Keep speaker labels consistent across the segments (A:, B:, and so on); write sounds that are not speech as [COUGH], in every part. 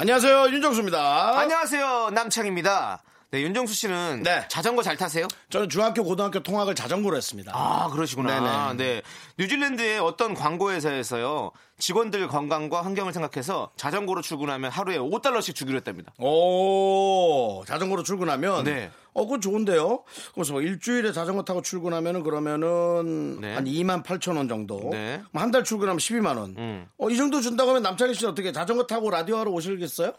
A: 안녕하세요 윤정수입니다.
B: 안녕하세요 남창입니다. 어? 네 윤정수 씨는
A: 네.
B: 자전거 잘 타세요?
A: 저는 중학교 고등학교 통학을 자전거로 했습니다.
B: 아 그러시구나.
A: 네네.
B: 네 뉴질랜드의 어떤 광고 회사에서요 직원들 건강과 환경을 생각해서 자전거로 출근하면 하루에 5달러씩 주기로 했답니다.
A: 오 자전거로 출근하면
B: 네.
A: 어 그건 좋은데요. 그래서 뭐 일주일에 자전거 타고 출근하면은 그러면은
B: 네.
A: 한 2만 8천 원 정도. 뭐
B: 네.
A: 한 달 출근하면 12만 원.
B: 음.
A: 어 이 정도 준다고 하면 남창희 씨 어떻게 자전거 타고 라디오 하러 오실겠어요?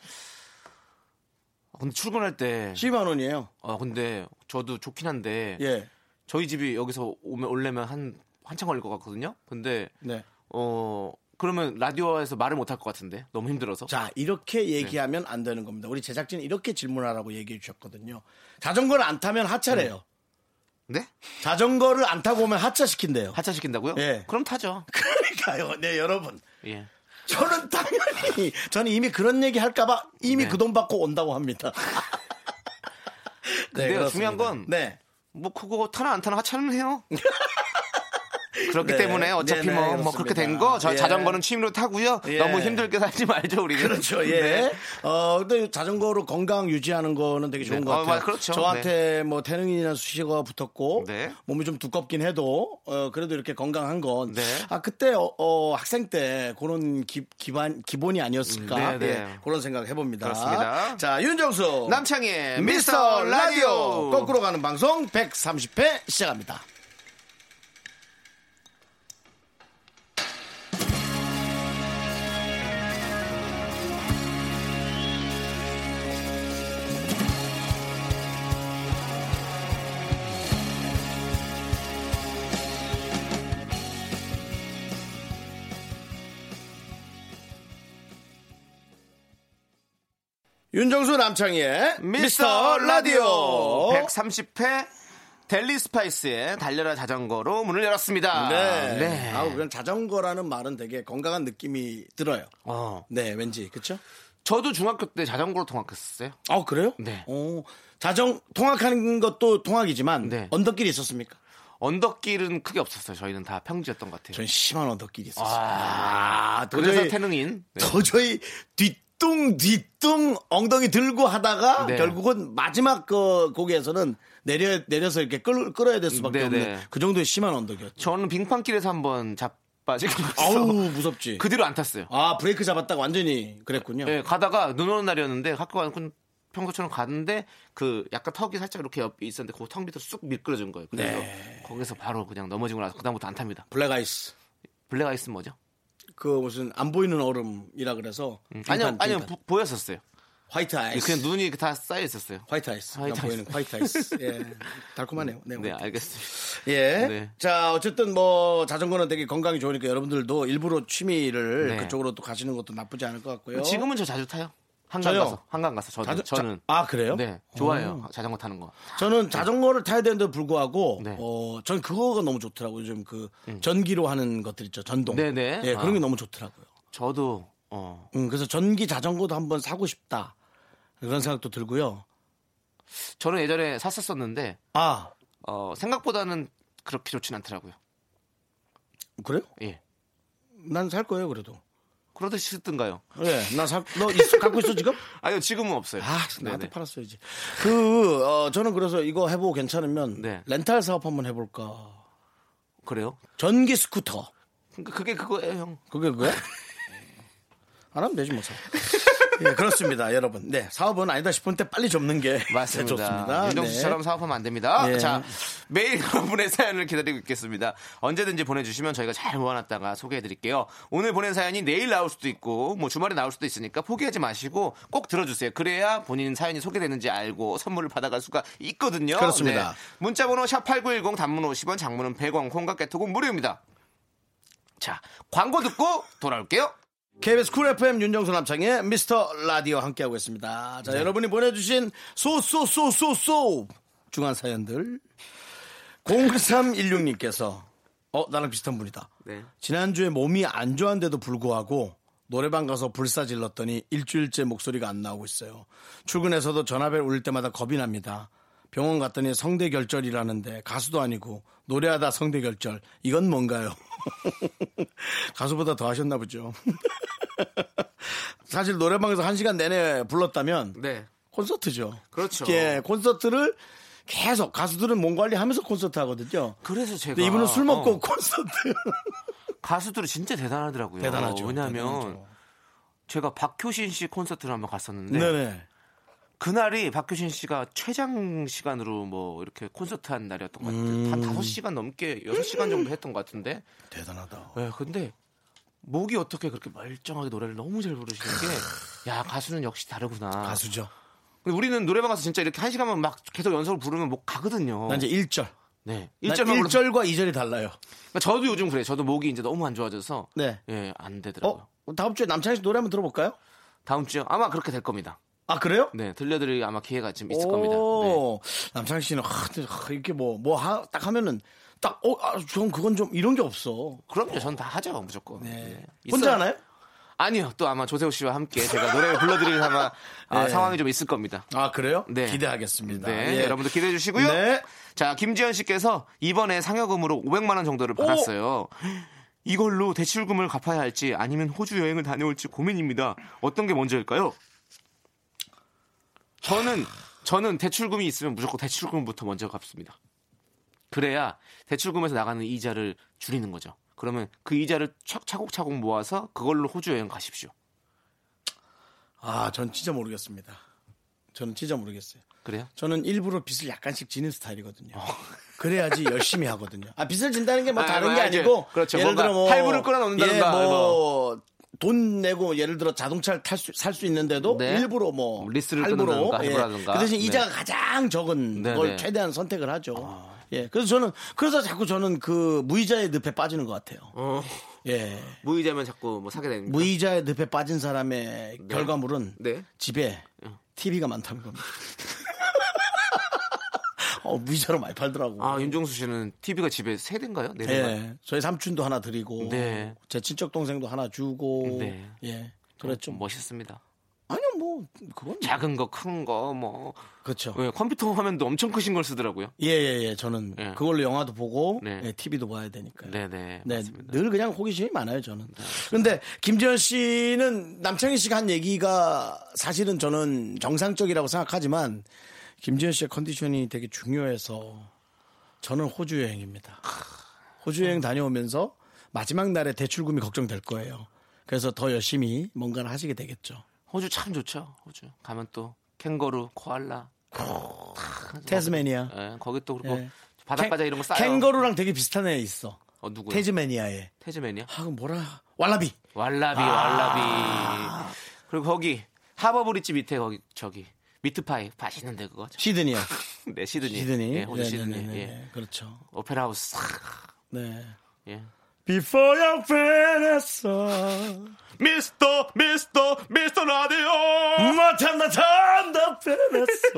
B: 아, 근데 출근할 때
A: 12만 원이에요.
B: 아 근데 저도 좋긴 한데
A: 예.
B: 저희 집이 여기서 오면 올려면 한 한참 걸릴 것 같거든요. 근데
A: 네.
B: 어 그러면 라디오에서 말을 못 할 것 같은데 너무 힘들어서.
A: 자 이렇게
B: 네.
A: 얘기하면 안 되는 겁니다. 우리 제작진 이 이렇게 질문하라고 얘기해 주셨거든요. 자전거를 안 타면 하차래요.
B: 네?
A: 자전거를 안 타고 오면 하차 시킨대요.
B: 하차 시킨다고요?
A: 예.
B: 그럼 타죠.
A: 그러니까요. 네 여러분.
B: 예.
A: 저는 당연히 저는 이미 그런 얘기 할까봐 이미
B: 네.
A: 그 돈 받고 온다고 합니다.
B: 근데
A: 그렇습니다.
B: 중요한 건-
A: 네.
B: 뭐 그거 타나 안 타나
A: [LAUGHS]
B: 하차는 해요. 그렇기
A: 네.
B: 때문에 어차피
A: 네네,
B: 뭐, 뭐
A: 그렇습니다.
B: 그렇게 된 거 저
A: 예.
B: 자전거는 취미로 타고요.
A: 예.
B: 너무 힘들게 살지 말죠 우리는.
A: 그렇죠. 예.
B: 네.
A: 어, 근데 자전거로 건강 유지하는 거는 되게 좋은
B: 네.
A: 것
B: 어,
A: 같아요.
B: 맞- 그렇죠.
A: 저한테 뭐 태능이나 수식어가 붙었고
B: 네.
A: 몸이 좀 두껍긴 해도 어, 그래도 이렇게 건강한 건.
B: 네.
A: 아 그때 어, 어, 학생 때 그런 기, 기반 기본이 아니었을까.
B: 음, 네, 네.
A: 예, 그런 생각 해봅니다.
B: 그렇습니다.
A: 자 윤정수
B: 남창희의
A: 어. 미스터 라디오
B: 거꾸로
A: 거꾸로 가는 방송 130회 시작합니다. 윤정수 남창희의
B: 미스터 라디오 130회 델리 스파이스의 달려라 자전거로 문을 열었습니다.
A: 네.
B: 네.
A: 아우 그냥 자전거라는 말은 되게 건강한 느낌이 들어요.
B: 어.
A: 네, 왠지 그렇죠?
B: 저도 중학교 때 자전거로 통학했었어요.
A: 아 그래요?
B: 네.
A: 어, 자전 통학하는 것도 통학이지만
B: 네.
A: 언덕길이 있었습니까?
B: 언덕길은 크게 없었어요. 저희는 다 평지였던 것 같아요.
A: 전 심한 언덕길이 있었어요.
B: 아,
A: 도저히-
B: 그래서 태능인. 네.
A: 도저히 뒤뚱 뒤뚱 엉덩이 들고 하다가
B: 네.
A: 결국은 마지막 그 곡에서는 내려 내려서 이렇게 끌, 끌어야 될 수밖에
B: 네,
A: 없는
B: 네.
A: 그 정도의 심한 언덕이었죠.
B: 저는 빙판길에서 한번 자빠지고
A: 아우
B: 나서
A: 무섭지.
B: [LAUGHS] 그 뒤로 안 탔어요.
A: 아 브레이크 잡았다가 완전히 그랬군요.
B: 예, 가다가 눈 오는 날이었는데 학교 가는 평소처럼 갔는데 그 약간 턱이 살짝 이렇게 옆에 있었는데 그 턱 밑으로 쑥 미끄러진 거예요. 그래서
A: 네.
B: 거기서 바로 그냥 넘어지고 나서 그다음부터 안 탑니다.
A: 블랙 아이스.
B: 블랙 아이스 뭐죠?
A: 그 무슨 안 보이는 얼음이라 그래서
B: 아니요,
A: 빙판,
B: 아니요
A: 빙판.
B: 보- 보였었어요. 예,
A: 화이트 아이스.
B: 그냥 눈이 다 쌓여 있었어요.
A: 화이트 아이스.
B: 화이트
A: 안 보이는 화이트 아이스. 예. 달콤하네요. 네.
B: 네,
A: 화이트.
B: 알겠습니다.
A: 예.
B: 네.
A: 자, 어쨌든 뭐 자전거는 되게 건강이 좋으니까 여러분들도 일부러 취미를
B: 네.
A: 그쪽으로 또 가시는 것도 나쁘지 않을 것 같고요.
B: 지금은 저 자주 타요. 한강
A: 저요?
B: 가서 한강 가서 저도
A: 자전-
B: 저는
A: 자- 아, 그래요?
B: 네 좋아해요 자전거 타는 거.
A: 저는 자전거를 타야 되는데 불구하고
B: 네. 음.
A: 어, 전 그거가 너무 좋더라고요. 요즘 그 전기로 하는 것들 있죠. 전동.
B: 네네.
A: 예, 그런
B: 아.
A: 게 너무 좋더라고요.
B: 저도 어
A: 음, 그래서 전기 자전거도 한번 사고 싶다. 그런 생각도 들고요.
B: 저는 예전에 샀었었는데
A: 아,
B: 어 생각보다는 그렇게 좋진 않더라고요.
A: 그래요?
B: 예.
A: 난 살 거예요, 그래도.
B: 그러듯이 쓰든가요.
A: 예, 나 사, 너 있, 갖고 있어, 지금?
B: 아니요 지금은 없어요.
A: 아, 나한테
B: 네네.
A: 팔았어야지. 그, 어, 저는 그래서 이거 해보고 괜찮으면
B: 네.
A: 렌탈 사업 한번 해볼까.
B: 그래요?
A: 전기 스쿠터.
B: 그러니까 그게 그거예요 형.
A: 그게
B: [LAUGHS]
A: 그거야? 안 하면 되지, 뭐. 사업. 예, 그렇습니다, 여러분. 네, 사업은 아니다 싶을 때 빨리 접는 게
B: 맞습니다.
A: 좋습니다. 네.
B: 윤정수처럼 사업하면 안 됩니다.
A: 예.
B: 자, 매일 여러분의 [LAUGHS] 사연을 기다리고 있겠습니다. 언제든지 보내주시면 저희가 잘 모아놨다가 소개해드릴게요. 오늘 보낸 사연이 내일 나올 수도 있고, 뭐 주말에 나올 수도 있으니까 포기하지 마시고 꼭 들어주세요. 그래야 본인 사연이 소개되는지 알고 선물을 받아갈 수가 있거든요. 네.
A: 그렇습니다.
B: 문자번호 샵8910 단문 50원, 장문은 100원, 콩깍개톡은 무료입니다. 자, 광고 듣고 돌아올게요.
A: KBS 쿨 FM 윤정수 남창의 미스터 라디오 함께하고 있습니다. 자, 여러분이 보내주신 소소소소소 중한 사연들 0316님께서 어 나랑 비슷한 분이다.
B: 네.
A: 지난주에 몸이 안 좋은데도 불구하고 노래방 가서 불사 질렀더니 일주일째 목소리가 안 나오고 있어요. 출근해서도 전화벨 울릴 때마다 겁이 납니다. 병원 갔더니 성대결절이라는데 가수도 아니고 노래하다 성대결절 이건 뭔가요? [LAUGHS] 가수보다 더 하셨나 보죠. 사실 노래방에서 한 시간 내내 불렀다면
B: 네.
A: 콘서트죠.
B: 그렇죠.
A: 예, 콘서트를 계속 가수들은 몸 관리하면서 콘서트 하거든요.
B: 그래서 제가
A: 근데 이분은 술 먹고
B: 어,
A: 콘서트
B: [LAUGHS] 가수들은 진짜 대단하더라고요.
A: 대단하죠.
B: 왜냐하면
A: 대단하죠.
B: 제가 박효신 씨 콘서트를 한번 갔었는데
A: 네. 네
B: 그날이 박효신 씨가 최장 시간으로 뭐 이렇게 콘서트 한 날이었던 것 같아요. 한
A: 음.
B: 5시간 넘게 6시간 정도 했던 것 같은데.
A: 대단하다.
B: 예, 근데 목이 어떻게 그렇게 멀쩡하게 노래를 너무 잘 부르시는 게 야, 가수는 역시 다르구나.
A: 가수죠.
B: 근데 우리는 노래방 가서 진짜 이렇게 한 시간만 막 계속 연습을 부르면 목 가거든요.
A: 난 이제 1절.
B: 네.
A: 난
B: 1절만 어. 불러.
A: 1절과 2절이 달라요.
B: 그러니까 저도 요즘 그래요. 저도 목이 이제 너무 안 좋아져서
A: 네.
B: 예, 안 되더라고요.
A: 어? 다음 주에 남창희 씨 노래 한번 들어볼까요?
B: 다음 주에 아마 그렇게 될 겁니다.
A: 아, 그래요?
B: 네, 들려드릴 아마 기회가 좀 있을 겁니다. 네.
A: 오, 남창희 씨는 하, 하, 이렇게 뭐, 뭐, 하, 딱 하면은 딱, 어, 아, 전 그건 좀 이런 게 없어.
B: 그럼요, 전 다 하죠, 무조건. 네.
A: 혼자
B: 있어요.
A: 하나요?
B: 아니요, 또 아마 조세호 씨와 함께 제가 노래를 불러드릴 아마 아,
A: [LAUGHS] 네.
B: 상황이 좀 있을 겁니다.
A: 아, 그래요?
B: 네.
A: 기대하겠습니다.
B: 네,
A: 예.
B: 여러분들 기대해 주시고요.
A: 네.
B: 자, 김지현 씨께서 이번에 상여금으로 500만 원 정도를 받았어요. 이걸로 대출금을 갚아야 할지 아니면 호주 여행을 다녀올지 고민입니다. 어떤 게 먼저일까요? 저는 저는 대출금이 있으면 무조건 대출금부터 먼저 갚습니다. 그래야 대출금에서 나가는 이자를 줄이는 거죠. 그러면 그 이자를 착- 차곡차곡 모아서 그걸로 호주 여행 가십시오.
A: 아, 전 진짜 모르겠습니다. 저는 진짜 모르겠어요.
B: 그래요?
A: 저는 일부러 빚을 약간씩 지는 스타일이거든요.
B: [LAUGHS]
A: 그래야지 열심히 하거든요. 아, 빚을 진다는 게 뭐
B: 어. 아,
A: 다른
B: 뭐
A: 게
B: 알죠.
A: 아니고
B: 그렇죠.
A: 예를
B: 뭔가
A: 들어 뭐
B: 할부를 끊어놓는다든가, 뭐.
A: 예, 뭐돈 내고 예를 들어 자동차를 탈 수 살 수 있는데도
B: 네.
A: 일부러 뭐
B: 리스를
A: 할부로
B: 끊는다든가, 할부라든가.
A: 그 대신
B: 네.
A: 이자가 가장 적은
B: 네, 아.
A: 걸
B: 네.
A: 최대한 선택을 하죠. 예. 그래서 저는 그래서 자꾸 저는 그 무이자의 늪에 빠지는 것 같아요.
B: 네.
A: 예.
B: 무이자면 자꾸 뭐 사게 되는
A: 무이자의 늪에 빠진 사람의 결과물은
B: 네.
A: 집에 TV가 많다는 겁니다. [LAUGHS] 어, 무이자로 많이 팔더라고.
B: 아, 윤종수 씨는 TV가 집에 세 대인가요? 네 대인가요?
A: 예. 저희 삼촌도 하나 드리고
B: 네.
A: 제 친척 동생도 하나 주고
B: 네.
A: 예. 그랬죠. 뭐.
B: 음, 멋있습니다.
A: 아니요, 뭐 그건
B: 작은 거, 큰 거, 뭐.
A: 그렇죠.
B: 예, 컴퓨터 화면도 엄청 크신 걸 쓰더라고요.
A: 예, 예, 예. 저는
B: 예.
A: 그걸로 영화도 보고
B: 네.
A: 예, TV도 봐야 되니까요.
B: 네네.
A: 네,
B: 맞습니다.
A: 늘 그냥 호기심이 많아요, 저는. 근데 김지현 씨는 남창희 씨가 한 얘기가 사실은 저는 정상적이라고 생각하지만 김지현 씨의 컨디션이 되게 중요해서 저는 호주 여행입니다. 호주 여행 다녀오면서 마지막 날에 대출금이 걱정될 거예요. 그래서 더 열심히 뭔가를 하시게 되겠죠.
B: 호주 참 좋죠. 호주. 가면 또 캥거루, 코알라.
A: 테스메니아.
B: 예, 거기 또 그리고
A: 예.
B: 바닷가자 이런 거 싸요.
A: 캥거루랑 되게 비슷한 애 있어.
B: 어, 누구요?
A: 테즈메니아에.
B: 테즈메니아?
A: 아, 그 뭐라. 왈라비. 아.
B: 왈라비, 왈라비. 그리고 거기 하버브리지 밑에 거기 저기 미트파이 맛있는데 그거.
A: 시드니요.
B: [LAUGHS] 네, 시드니.
A: 시드니.
B: 예, 호주
A: 네,
B: 시드니.
A: 네, 네, 네,
B: 예.
A: 네. 그렇죠.
B: 오페라 하우스. 싹.
A: 네.
B: 예.
A: Before your penis
B: 미스터 미스터 미스터 라디오
A: 마탄 마탄 더 [LAUGHS] penis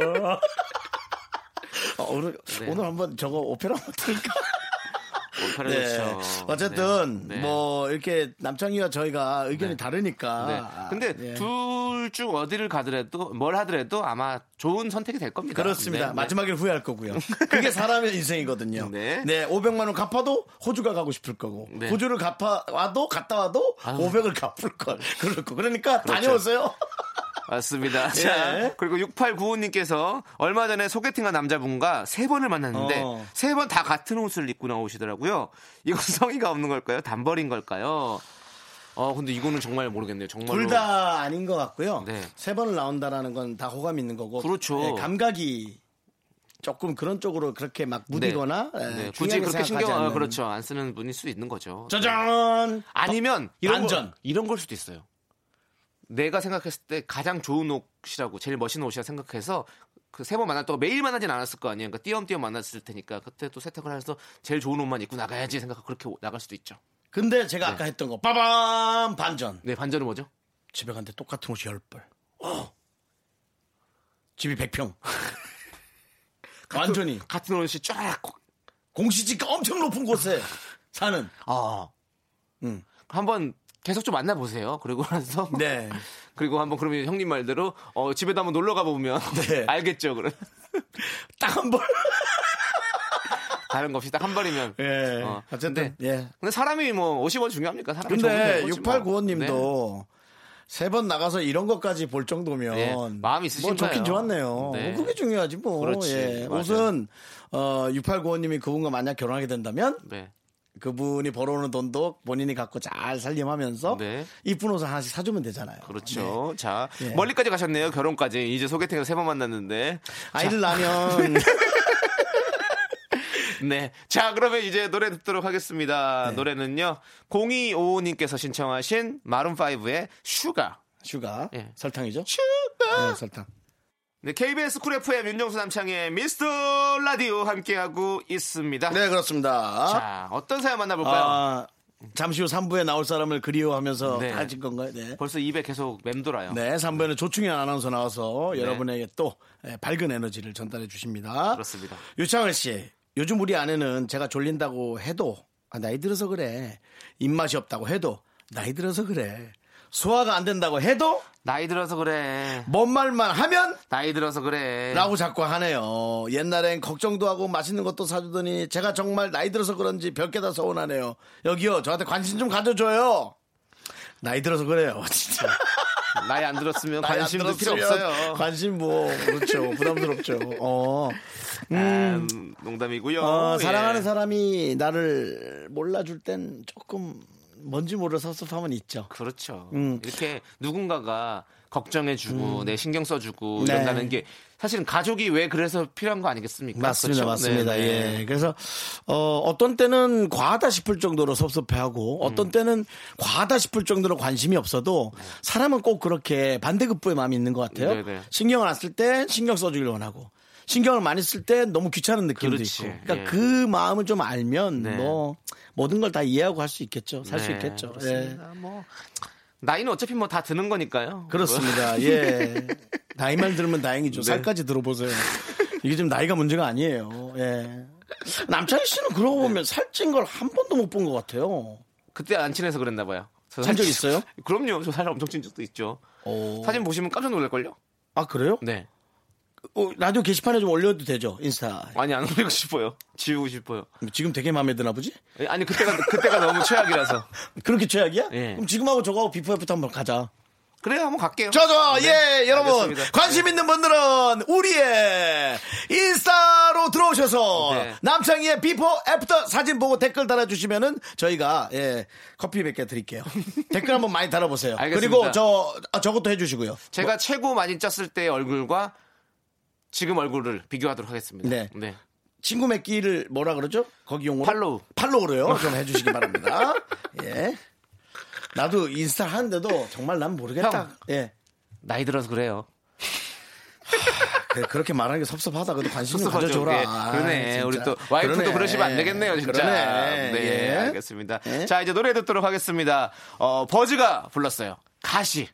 A: 어, 오늘
B: 네.
A: 오늘 한번 저거 오페라 한번 틀까? 네.
B: 그렇죠.
A: 어쨌든
B: 네.
A: 뭐 이렇게 남창희와 저희가 의견이 다르니까. 아,
B: 근데
A: 네.
B: 둘 중 어디를 가더라도 뭘 하더라도 아마 좋은 선택이 될 겁니다
A: 그렇습니다.
B: 네, 네.
A: 마지막에 후회할 거고요. 그게 사람의 인생이거든요.
B: 네.
A: 500만 원 갚아도 호주가 가고 싶을 거고,
B: 네.
A: 호주를 갚아 와도 갔다 와도 500을 갚을 걸. 그럴 거. 그러니까
B: 그렇죠.
A: 다녀오세요.
B: 네.
A: [LAUGHS] 예.
B: 맞습니다 자 그리고 6895님께서 얼마 전에 소개팅한 남자분과 세 번을 만났는데
A: 어.
B: 세 번 다 같은 옷을 입고 나오시더라고요 이건 [LAUGHS] 성의가 없는 걸까요 단벌인 걸까요 어 근데 이거는 정말 모르겠네요 정말로
A: 둘 다 아닌 것 같고요.
B: 네.
A: 세 번을 나온다라는 건 다 호감 있는 거고.
B: 그렇죠.
A: 예, 감각이 조금 그런 쪽으로 그렇게 막 무디거나
B: 네.
A: 예,
B: 네, 굳이
A: 중요하게
B: 그렇게
A: 생각하지
B: 신경 아,
A: 않는.
B: 그렇죠 안 쓰는 분일 수 있는 거죠
A: 짜잔.
B: 아니면 어, 이런
A: 반전.
B: 걸, 이런 걸 수도 있어요. 내가 생각했을 때 가장 좋은 옷이라고 제일 멋있는 옷이라 생각해서 그 세 번 만났다고 매일 만나진 않았을 거 아니에요. 그러니까 띄엄띄엄 만났을 테니까 그때 또 세탁을 해서 제일 좋은 옷만 입고 나가야지 생각 하고 그렇게 나갈 수도 있죠.
A: 근데 제가 아까 했던 거 빠밤 반전.
B: 네, 반전은 뭐죠?
A: 집에 갔는데 똑같은 옷이 10벌. 어. 집이
B: [LAUGHS]
A: 100평.
B: 그
A: 완전히
B: 같은 옷이 쫙. 콕.
A: 공시지가 엄청 높은 곳에 사는.
B: 아.
A: 음.
B: 한번 계속 좀 만나보세요. 그리고 나서.
A: [LAUGHS] 네.
B: 그리고 한번 그러면 형님 말대로 어, 집에도 한번 놀러 가보면
A: 네.
B: [LAUGHS] 알겠죠. 그럼
A: 딱 한 벌.
B: 다른 거 없이 딱 한 발이면.
A: 예.
B: 어.
A: 어쨌든 예.
B: 근데 사람이 뭐 50원 중요합니까? 사람이
A: 아, 근데
B: 적으면 되지 뭐.
A: 6895님도 세 번 나가서 이런 것까지 볼 정도면
B: 네, 마음이 있으신가요?
A: 뭐 좋긴 좋았네요.
B: 네.
A: 뭐 그게 중요하지 뭐.
B: 그렇지,
A: 예.
B: 맞아요.
A: 옷은 어, 6895님이 그분과 만약 결혼하게 된다면
B: 네.
A: 그분이 벌어오는 돈도 본인이 갖고 잘 살림하면서
B: 네.
A: 이쁜 옷을 하나씩 사주면 되잖아요. 네.
B: 그렇죠. 자
A: 예.
B: 멀리까지 가셨네요. 결혼까지 이제 소개팅을 세 번 만났는데.
A: 아이를 낳으면
B: [LAUGHS] 네. 자 그러면 이제 노래 듣도록 하겠습니다.
A: 네.
B: 노래는요. 0255님께서 신청하신 마룬 5의 슈가.
A: 슈가
B: 예.
A: 설탕이죠.
B: 슈가.
A: 네, 설탕.
B: 네, KBS 쿨 FM 윤정수 남창의 미스터 라디오 함께하고 있습니다.
A: 네 그렇습니다.
B: 자, 어떤 사연 만나볼까요?
A: 아, 잠시 후 3부에 나올 사람을 그리워하면서
B: 네.
A: 다진 건가요? 네.
B: 벌써 입에 계속 맴돌아요.
A: 네, 3부에는 조충현 아나운서 나와서
B: 네.
A: 여러분에게 또 예, 밝은 에너지를 전달해 주십니다.
B: 그렇습니다.
A: 유창을 씨, 요즘 우리 아내는 제가 졸린다고 해도 아, 나이 들어서 그래. 입맛이 없다고 해도 나이 들어서 그래. 소화가 안 된다고 해도
B: 나이 들어서 그래.
A: 뭔 말만 하면
B: 나이 들어서 그래.
A: 라고 자꾸 하네요. 옛날엔 걱정도 하고 맛있는 것도 사주더니 제가 정말 나이 들어서 그런지 별 게 다 서운하네요. 여기요, 저한테 관심 좀 가져줘요. 나이 들어서 그래요, [LAUGHS] 진짜.
B: 나이 안 들었으면
A: 나이 안
B: 관심도 필요
A: 들었으면
B: 없어요.
A: 관심 뭐 그렇죠. 부담스럽죠. 어.
B: 음, 농담이고요.
A: 어,
B: 예.
A: 사랑하는 사람이 나를 몰라줄 땐 조금 뭔지 모를 섭섭함은 있죠.
B: 그렇죠.
A: 음.
B: 이렇게 누군가가 걱정해주고 내 신경 써주고
A: 네.
B: 이런다는 게 사실은 가족이 왜 그래서 필요한 거 아니겠습니까?
A: 맞습니다,
B: 그렇죠?
A: 맞습니다.
B: 네, 네.
A: 예. 그래서 어, 어떤 때는 과하다 싶을 정도로
B: 음.
A: 섭섭해하고 어떤 때는 과하다 싶을 정도로 관심이 없어도 사람은 꼭 그렇게 반대급부의 마음이 있는 것 같아요.
B: 네, 네.
A: 신경을 안 쓸 때 신경 써주길 원하고 신경을 많이 쓸 때 너무 귀찮은 느낌도
B: 그렇지.
A: 있고. 그러니까
B: 예.
A: 그 마음을 좀 알면
B: 네.
A: 뭐 모든 걸 다 이해하고 할 수 있겠죠. 살 수
B: 네,
A: 있겠죠. 예.
B: 그렇습니다. 뭐 나이는 어차피 뭐 다 드는 거니까요. 뭐
A: 그렇습니다. 예. [LAUGHS] 네. 나이만 들으면 다행이죠. 살까지 들어보세요. 이게 지금 나이가 문제가 아니에요. 예. 남창희 씨는 그러고 보면 살찐 걸 한 번도 못 본 것 같아요.
B: 그때 안 친해서 그랬나 봐요. 저
A: 찐적
B: 사진-
A: 있어요?
B: [LAUGHS] 그럼요. 저 살 엄청 찐 적도 있죠.
A: 오.
B: 사진 보시면 깜짝 놀랄걸요?
A: 아, 그래요?
B: 네.
A: 어, 라디오 게시판에 좀 올려도 되죠? 인스타.
B: 아니, 안 올리고 싶어요. 지우고 싶어요.
A: 지금 되게 마음에 드나 보지?
B: 아니, 그때가, 그때가 너무
A: [LAUGHS]
B: 최악이라서.
A: 그렇게 최악이야?
B: 예.
A: 그럼 지금하고 저거하고 비포 애프터 한번 가자.
B: 그래요, 한번 갈게요. 네.
A: 저도 예 여러분
B: 알겠습니다. 네.
A: 관심 있는 분들은 우리의 인스타로 들어오셔서
B: 네.
A: 남창희의 비포 애프터 사진 보고 댓글 달아주시면은 저희가 예 커피 100개
B: [LAUGHS]
A: 드릴게요 댓글 한번 많이 달아보세요
B: 알겠습니다.
A: 그리고 저 아, 저것도 해주시고요
B: 제가 최고 많이 쪘을 때의 얼굴과 지금 얼굴을 비교하도록 하겠습니다.
A: 네. 친구 맺기를 뭐라 그러죠 거기 용어로
B: 팔로우.
A: 팔로우로요 좀 해주시기 바랍니다 예 나도 인스타 하는데도 정말 난 모르겠다
B: 형.
A: 예
B: 나이 들어서 그래요.
A: 음, 그래, 그렇게 말하는 게 섭섭하다. 그래도 관심 좀
B: 섭섭하죠.
A: 가져줘라.
B: 네,
A: 아,
B: 그러네.
A: 진짜.
B: 우리 또 와이프도
A: 그러네.
B: 그러시면안 되겠네요, 진짜.
A: 그러네.
B: 네,
A: 예.
B: 알겠습니다.
A: 예.
B: 자, 이제 노래 듣도록 하겠습니다. 어, 버즈가 불렀어요. 가시.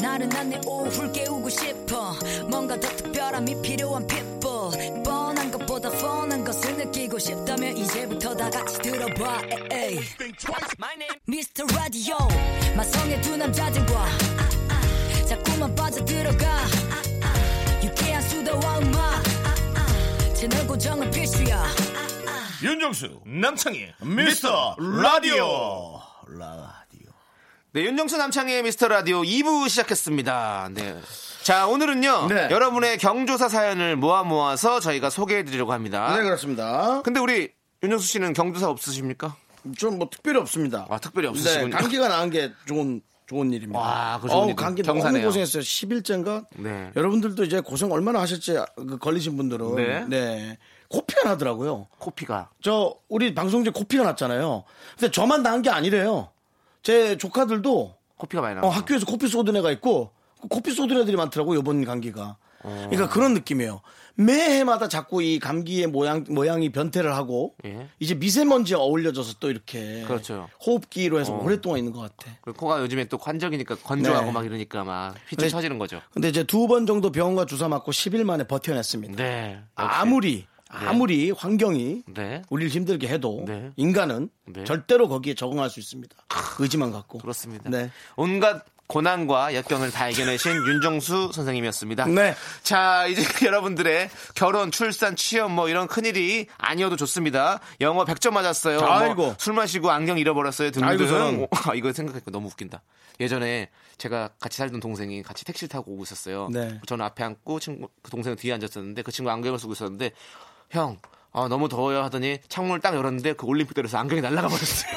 C: 나른한 내 오후를 깨우고 싶어 뭔가 더 특별함이 필요한 people 뻔한 것보다 뻔한 것을 느끼고 싶다면 이제부터 다 같이 들어봐 에이. Mr. Radio 마성의 두 남자들과 자꾸만 빠져들어가 유쾌한 수다와 음악 채널 고정은 필수야
D: 윤정수 남창희
A: 미스터 라디오. 라디오.
B: 네, 윤정수 남창의 미스터 라디오 2부 시작했습니다. 네. 자, 오늘은요.
A: 네.
B: 여러분의 경조사 사연을 모아 모아서 저희가 소개해 드리려고 합니다.
A: 네, 그렇습니다.
B: 근데 우리 윤정수 씨는 경조사 없으십니까?
A: 좀 뭐 특별히 없습니다.
B: 아, 특별히 없으시군요.
A: 네, 감기가 나은 게 좋은 좋은 일입니다.
B: 와, 그 좋은
A: 어우,
B: 일이
A: 감기
B: 경사네요.
A: 너무 고생했어요. 10일째인가?
B: 네.
A: 여러분들도 이제 고생 얼마나 하셨지 그 걸리신 분들은
B: 네.
A: 네. 코피가 나더라고요.
B: 코피가
A: 저 우리 방송 중에 코피가 났잖아요. 근데 저만 난 게 아니래요. 제 조카들도
B: 코피가 많이 나.
A: 어, 학교에서 코피 쏟은 애가 있고 코피 쏟은 애들이 많더라고 요번 감기가. 그러니까 그런 느낌이에요. 매해마다 자꾸 이 감기의 모양 모양이 변태를 하고
B: 예.
A: 이제 미세먼지에 어울려져서 또 이렇게
B: 그렇죠.
A: 호흡기로 해서 오랫동안 있는 것 같아.
B: 그리고 코가 요즘에 또 관적이니까 건조하고
A: 네.
B: 막 이러니까 막 휘청
A: 근데-
B: 쳐지는 거죠.
A: 근데 이제 두 번 정도 병원과 주사 맞고 10일 만에 버텨냈습니다.
B: 네. 역시.
A: 아무리 아무리 환경이
B: 네.
A: 우리를 힘들게 해도
B: 네.
A: 인간은
B: 네.
A: 절대로 거기에 적응할 수 있습니다. 의지만 갖고.
B: 그렇습니다.
A: 네.
B: 온갖 고난과 역경을 다 이겨내신 [LAUGHS] 윤정수 선생님이었습니다.
A: 네.
B: 자, 이제 [LAUGHS] 여러분들의 결혼, 출산, 취업 뭐 이런 큰일이 아니어도 좋습니다. 영어 100점 맞았어요. 뭐
A: 아이고.
B: 술 마시고 안경 잃어버렸어요.
A: 아이고,
B: 등등.
A: 저런.
B: 아, 이거 생각하니까 너무 웃긴다. 예전에 제가 같이 살던 동생이 같이 택시를 타고 오고 있었어요.
A: 네.
B: 저는 앞에 앉고 친구, 그 동생은 뒤에 앉았었는데 그 친구 안경을 쓰고 있었는데 형, 아, 너무 더워요 하더니 창문을 딱 열었는데 그 올림픽대로에서 안경이 날아가 버렸어요.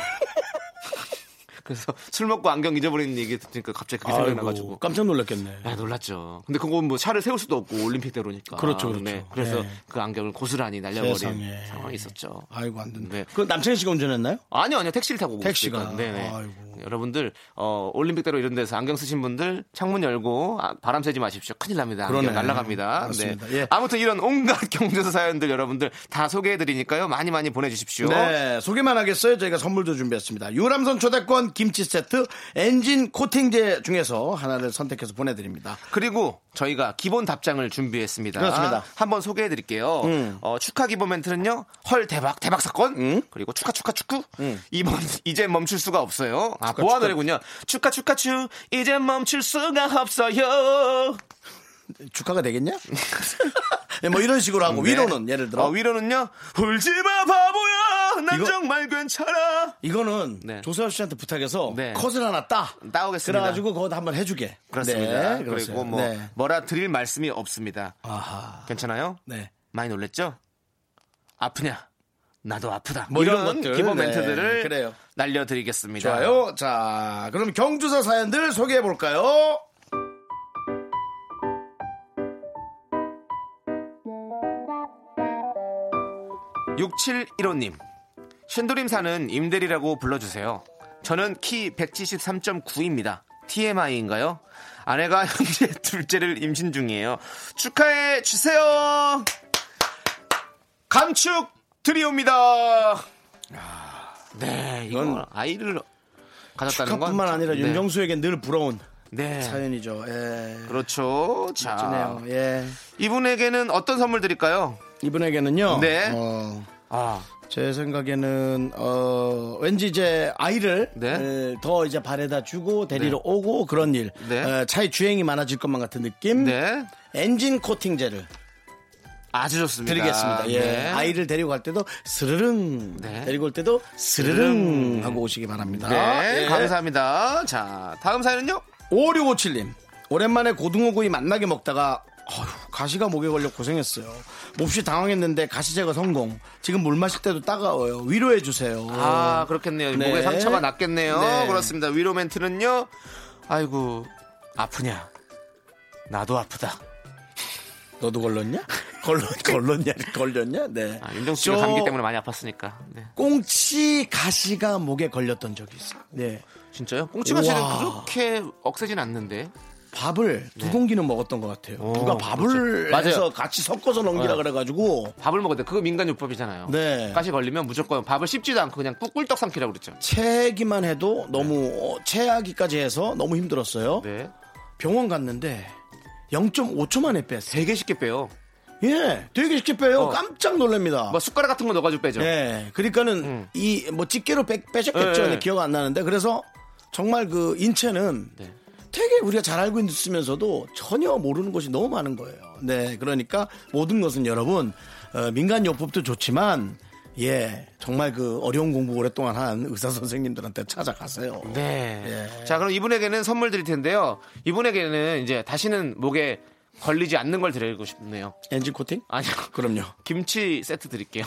B: 그래서 [LAUGHS] 술 먹고 안경 잊어버리는 얘기 듣니까 갑자기 그게
A: 아이고,
B: 생각나가지고
A: 깜짝 놀랐겠네.
B: 아, 놀랐죠. 근데 그건 뭐 차를 세울 수도 없고 올림픽대로니까.
A: 그렇죠, 그렇죠.
B: 그래서
A: 네.
B: 그 안경을 고스란히 날려버린
A: 세상에.
B: 상황이 있었죠.
A: 아이고 안 된다.
B: 네.
A: 그 남창희 씨가 운전했나요?
B: 아니요, 아니요. 택시를 타고 오고
A: 택시가.
B: 있으니까. 네네.
A: 아이고.
B: 여러분들 어, 올림픽대로 이런 데서 안경 쓰신 분들 창문 열고 아, 바람 쐬지 마십시오. 큰일 납니다. 안경
A: 그러네.
B: 날라갑니다.
A: 맞습니다. 예.
B: 아무튼 이런 온갖 [LAUGHS] 경제사 사연들 여러분들 다 소개해드리니까요. 많이 많이 보내주십시오.
A: 네, 소개만 하겠어요. 저희가 선물도 준비했습니다. 유람선 초대권 김치 세트 엔진 코팅제 중에서 하나를 선택해서 보내드립니다.
B: 그리고 저희가 기본 답장을 준비했습니다.
A: 그렇습니다. 음.
B: 한번 소개해 드릴게요. 어, 축하 기본 멘트는요. 헐 대박 대박 사건. 그리고 축하 축하 축구. 이번 [LAUGHS] 이제 멈출 수가 없어요. 아,
A: 음. 축하,
B: 보아
A: 축하.
B: 노래군요. 축하 축하 축 이제 멈출 수가 없어요.
A: 축하가
B: [LAUGHS]
A: 되겠냐? 네, 뭐 이런 식으로 하고
B: 네.
A: 위로는 예를 들어
B: 어, 위로는요. 울지 마 바보야. 난
A: 이거-
B: 정말 괜찮아.
A: 이거는
B: 네.
A: 조세호 씨한테 부탁해서
B: 네.
A: 컷을 하나 따
B: 따오겠습니다.
A: 그래가지고 그거 한번 해주게.
B: 그렇습니다.
A: 네, 그러세요.
B: 그리고 뭐
A: 네.
B: 뭐라 드릴 말씀이 없습니다.
A: 아하.
B: 괜찮아요?
A: 네.
B: 많이 놀랬죠? 아프냐? 나도 아프다.
A: 뭐
B: 이런
A: 이런 것들.
B: 기본
A: 네,
B: 멘트들을
A: 그래요.
B: 날려드리겠습니다.
A: 좋아요. 자, 그럼 경주사 사연들 소개해 볼까요?
B: 육칠일5님 신도림 사는 임대리라고 불러주세요. 저는 키 173.9입니다. TMI인가요? 아내가 [LAUGHS] 현재 둘째를 임신 중이에요. 축하해 주세요. 감축 드리옵니다. 네, 이건
A: 이건
B: 아이를 가졌다는 건
A: 축하뿐만 아니라
B: 네.
A: 윤정수에게 늘 부러운
B: 네.
A: 사연이죠. 예.
B: 그렇죠. 자,
A: 멋지네요. 예.
B: 이분에게는 어떤 선물 드릴까요?
A: 이분에게는요.
B: 네.
A: 어,
B: 아,
A: 제 생각에는 어, 왠지 이제 아이를
B: 네.
A: 에, 더 이제 발에다 주고 데리러 오고 그런 일.
B: 네.
A: 에, 차에 주행이 많아질 것만 같은 느낌.
B: 네.
A: 엔진 코팅제를
B: 아주 좋습니다.
A: 드리겠습니다. 예.
B: 그러니까, 네.
A: 아이를 데리고 갈 때도 스르릉
B: 네.
A: 데리고 올 때도 스르릉 하고 오시기 바랍니다.
B: 네,
A: 예.
B: 감사합니다. 자, 다음 사연은요?
A: 5657님. 오랜만에 고등어구이 맛나게 먹다가 어휴, 가시가 목에 걸려 고생했어요. 몹시 당황했는데 가시 제거 성공. 지금 물 마실 때도 따가워요. 위로해 주세요.
B: 아, 그렇겠네요.
A: 네.
B: 목에 상처가 났겠네요.
A: 네.
B: 그렇습니다. 위로 멘트는요? 아이고, 아프냐? 나도 아프다. 그-
A: 너도 걸렸냐? 걸렸 걸렸냐? 걸렸냐? 네.
B: 아, 윤정수 씨가
A: 저
B: 감기 때문에 많이 아팠으니까. 네.
A: 꽁치 가시가 목에 걸렸던 적이 있어요. 네.
B: 진짜요? 꽁치맛이는
A: 우와.
B: 그렇게 억세진 않는데.
A: 밥을 두 공기는 먹었던 것 같아요. 누가 밥을
B: 네. 어, 그렇죠.
A: 해서
B: 맞아요.
A: 같이 섞어서 넘기라 그래가지고
B: 밥을 먹을 때 그거 민간요법이잖아요.
A: 네.
B: 가시 걸리면 무조건 밥을 씹지도 않고 그냥 꿀떡 삼키라고 그랬죠.
A: 체기만 해도 너무 어, 체하기까지 해서 너무 힘들었어요.
B: 네.
A: 병원 갔는데 0.5초 만에 뺐어요.
B: 되게 쉽게 빼요.
A: 예, 되게 쉽게 빼요.
B: 어.
A: 깜짝 놀랍니다.
B: 뭐 숟가락 같은 거 넣어가지고 빼죠.
A: 예, 그러니까는 이 뭐 집게로 빼,
B: 예,
A: 빼셨겠죠.
B: 음. 예.
A: 근데 기억 안 나는데 그래서 정말 그 인체는
B: 네.
A: 되게 우리가 잘 알고 있으면서도 전혀 모르는 것이 너무 많은 거예요. 네, 그러니까 모든 것은 여러분 어, 민간 요법도 좋지만 예, 정말 그 어려운 공부 오랫동안 한 의사 선생님들한테 찾아가세요.
B: 네.
A: 예.
B: 자, 그럼 이분에게는 선물 드릴 텐데요. 이분에게는 이제 다시는 목에 걸리지 않는 걸 드리고 싶네요.
A: 엔진 코팅?
B: 아니요. [LAUGHS]
A: 그럼요.
B: 김치 세트 드릴게요.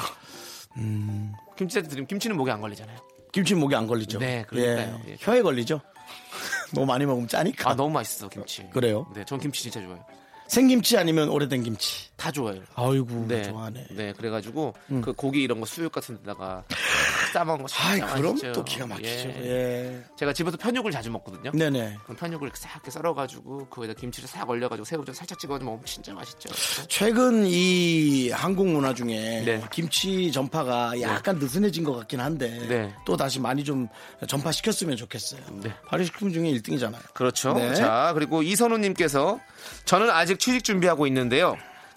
A: 음.
B: 김치 세트 드리면 김치는 목에 안 걸리잖아요.
A: 김치 목에 안 걸리죠.
B: 네, 그러니까요.
A: 예,
B: 예.
A: 혀에 걸리죠. [LAUGHS] 너무 많이 먹으면 짜니까.
B: 아 너무 맛있어 김치.
A: 그래요?
B: 네, 전 김치 진짜 좋아해요.
A: 생김치 아니면 오래된 김치.
B: 다 좋아해요.
A: 아이고
B: 네,
A: 좋아하네. 음.
B: 네, 그래가지고 그 고기 이런 거 수육 같은
A: [LAUGHS]
B: 데다가 싸먹은 거
A: 아이
B: 진짜
A: 그럼
B: 맛있죠.
A: 또 기가 막히죠.
B: 예.
A: 예.
B: 제가 집에서 편육을 자주 먹거든요.
A: 네네.
B: 그럼 편육을 이렇게 싹 이렇게 썰어가지고 그거에다 김치를 싹 올려가지고 새우젓 살짝 찍어가지고 먹으면 진짜 맛있죠.
A: 최근 이 한국 문화 중에
B: 네.
A: 김치 전파가 약간 느슨해진 것 같긴 한데
B: 네.
A: 또 다시 많이 좀 전파시켰으면 좋겠어요. 발효식품 중에 1등이잖아요.
B: 그렇죠.
A: 네.
B: 자, 그리고 이선우님께서 저는 아직 취직 준비하고 있는데요.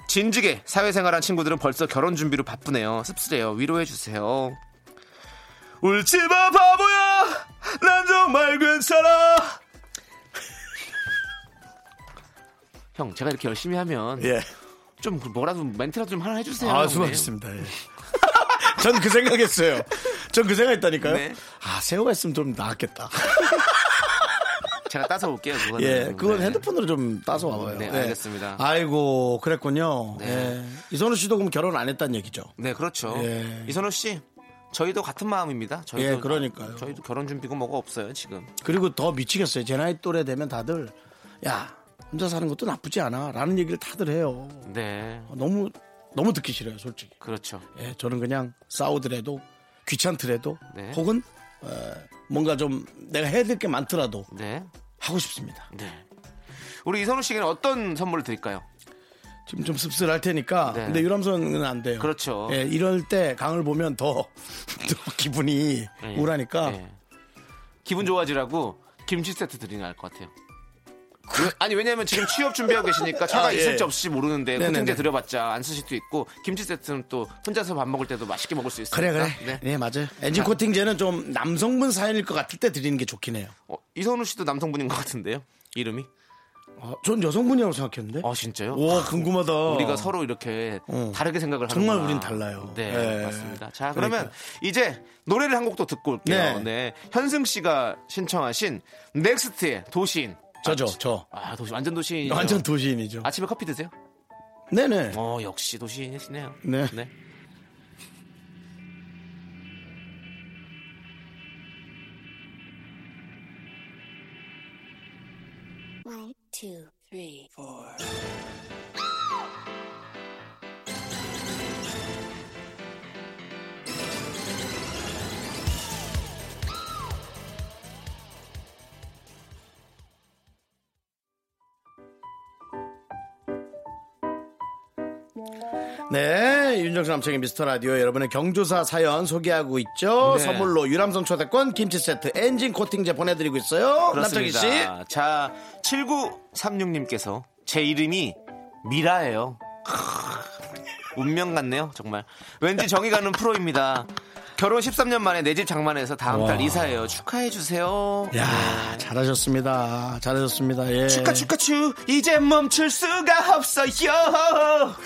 B: 진즉에 사회생활한 친구들은 벌써 결혼 준비로 바쁘네요. 씁쓸해요. 위로해주세요. 울지마 바보야! 난 정말 괜찮아! 형, 제가 이렇게 열심히 하면
A: 예.
B: 좀그 뭐라도 멘트라도 좀 하나 해주세요.
A: 아,
B: 형님.
A: 수고하셨습니다. [LAUGHS] 전 그 생각했어요. 전 그 생각했다니까요.
B: 네.
A: 아, 새우가 있으면 좀 나았겠다.
B: 제가 따서 올게요. 그거는.
A: 예, 그건
B: 네.
A: 핸드폰으로 좀 따서 와봐요.
B: 네,
A: 예.
B: 알겠습니다.
A: 아이고, 그랬군요.
B: 네.
A: 예. 이선우 씨도 그럼 결혼 안 했다는 얘기죠.
B: 네, 그렇죠.
A: 예.
B: 이선우 씨, 저희도 같은 마음입니다. 저희도,
A: 예, 그러니까요.
B: 저희도 결혼 준비고 뭐가 없어요, 지금.
A: 그리고 더 미치겠어요. 제 나이 또래 되면 다들 야 혼자 사는 것도 나쁘지 않아라는 얘기를 다들 해요.
B: 네,
A: 너무 너무 듣기 싫어요, 솔직히.
B: 그렇죠.
A: 예, 저는 그냥 싸우더라도 귀찮더라도
B: 네.
A: 혹은 어, 뭔가 좀 내가 해야 될 게 많더라도
B: 네,
A: 하고 싶습니다.
B: 네. 우리 이선우 씨에게는 어떤 선물을 드릴까요?
A: 지금 좀 씁쓸할 테니까
B: 네.
A: 근데 유람선은 안 돼요.
B: 그렇죠.
A: 예, 이럴 때 강을 보면 더, [LAUGHS] 더 기분이
B: 예.
A: 우울하니까
B: 예. 기분 좋아지라고 김치 세트 드리는 게 나을 것 같아요. 왜- 아니 왜냐면 지금 취업 준비하고 계시니까 차가
A: 아, 예.
B: 있을지 없을지 모르는데
A: 네네네.
B: 코팅제 드려봤자 안 쓰실 수도 있고 김치 세트는 또 혼자서 밥 먹을 때도 맛있게 먹을 수 있어요.
A: 그래 그래. 네. 맞아요. 엔진 코팅제는 좀 남성분 사연일 것 같을 때 드리는 게 좋긴 해요.
B: 어, 이선우 씨도 남성분인 것 같은데요. 이름이?
A: 아, 전 여성분이라고 생각했는데.
B: 아 진짜요?
A: 와 궁금하다.
B: 우리가 서로 이렇게
A: 어.
B: 다르게 생각을
A: 정말
B: 하는구나.
A: 우린 달라요.
B: 네,
A: 예.
B: 맞습니다. 자, 그러면
A: 그러니까요.
B: 이제 노래를 한 곡 더 듣고 올게요.
A: 네.
B: 네. 현승 씨가 신청하신 넥스트의 도시인.
A: 저죠 저.
B: 아, 도시 완전 도시인.
A: 완전 도시인이죠.
B: 아침에 커피 드세요?
A: 네네.
B: 어, 역시 도시인이시네요.
A: 네. 네, 윤정수 남창의 미스터 라디오 여러분의 경조사 사연 소개하고 있죠.
B: 네.
A: 선물로 유람선 초대권, 김치 세트, 엔진 코팅제 보내드리고 있어요. 남창희
B: 그렇습니다.
A: 씨.
B: 자, 7936님께서 제 이름이 미라예요. 크으, 운명 같네요, 정말. 왠지 정이 가는 프로입니다. 결혼 13년 만에 내 집 장만해서 다음 달 이사해요. 축하해 주세요.
A: 야, 잘하셨습니다. 잘하셨습니다. 예.
B: 네. 축하 축하 축 이제 멈출 수가 없어요.
A: 야,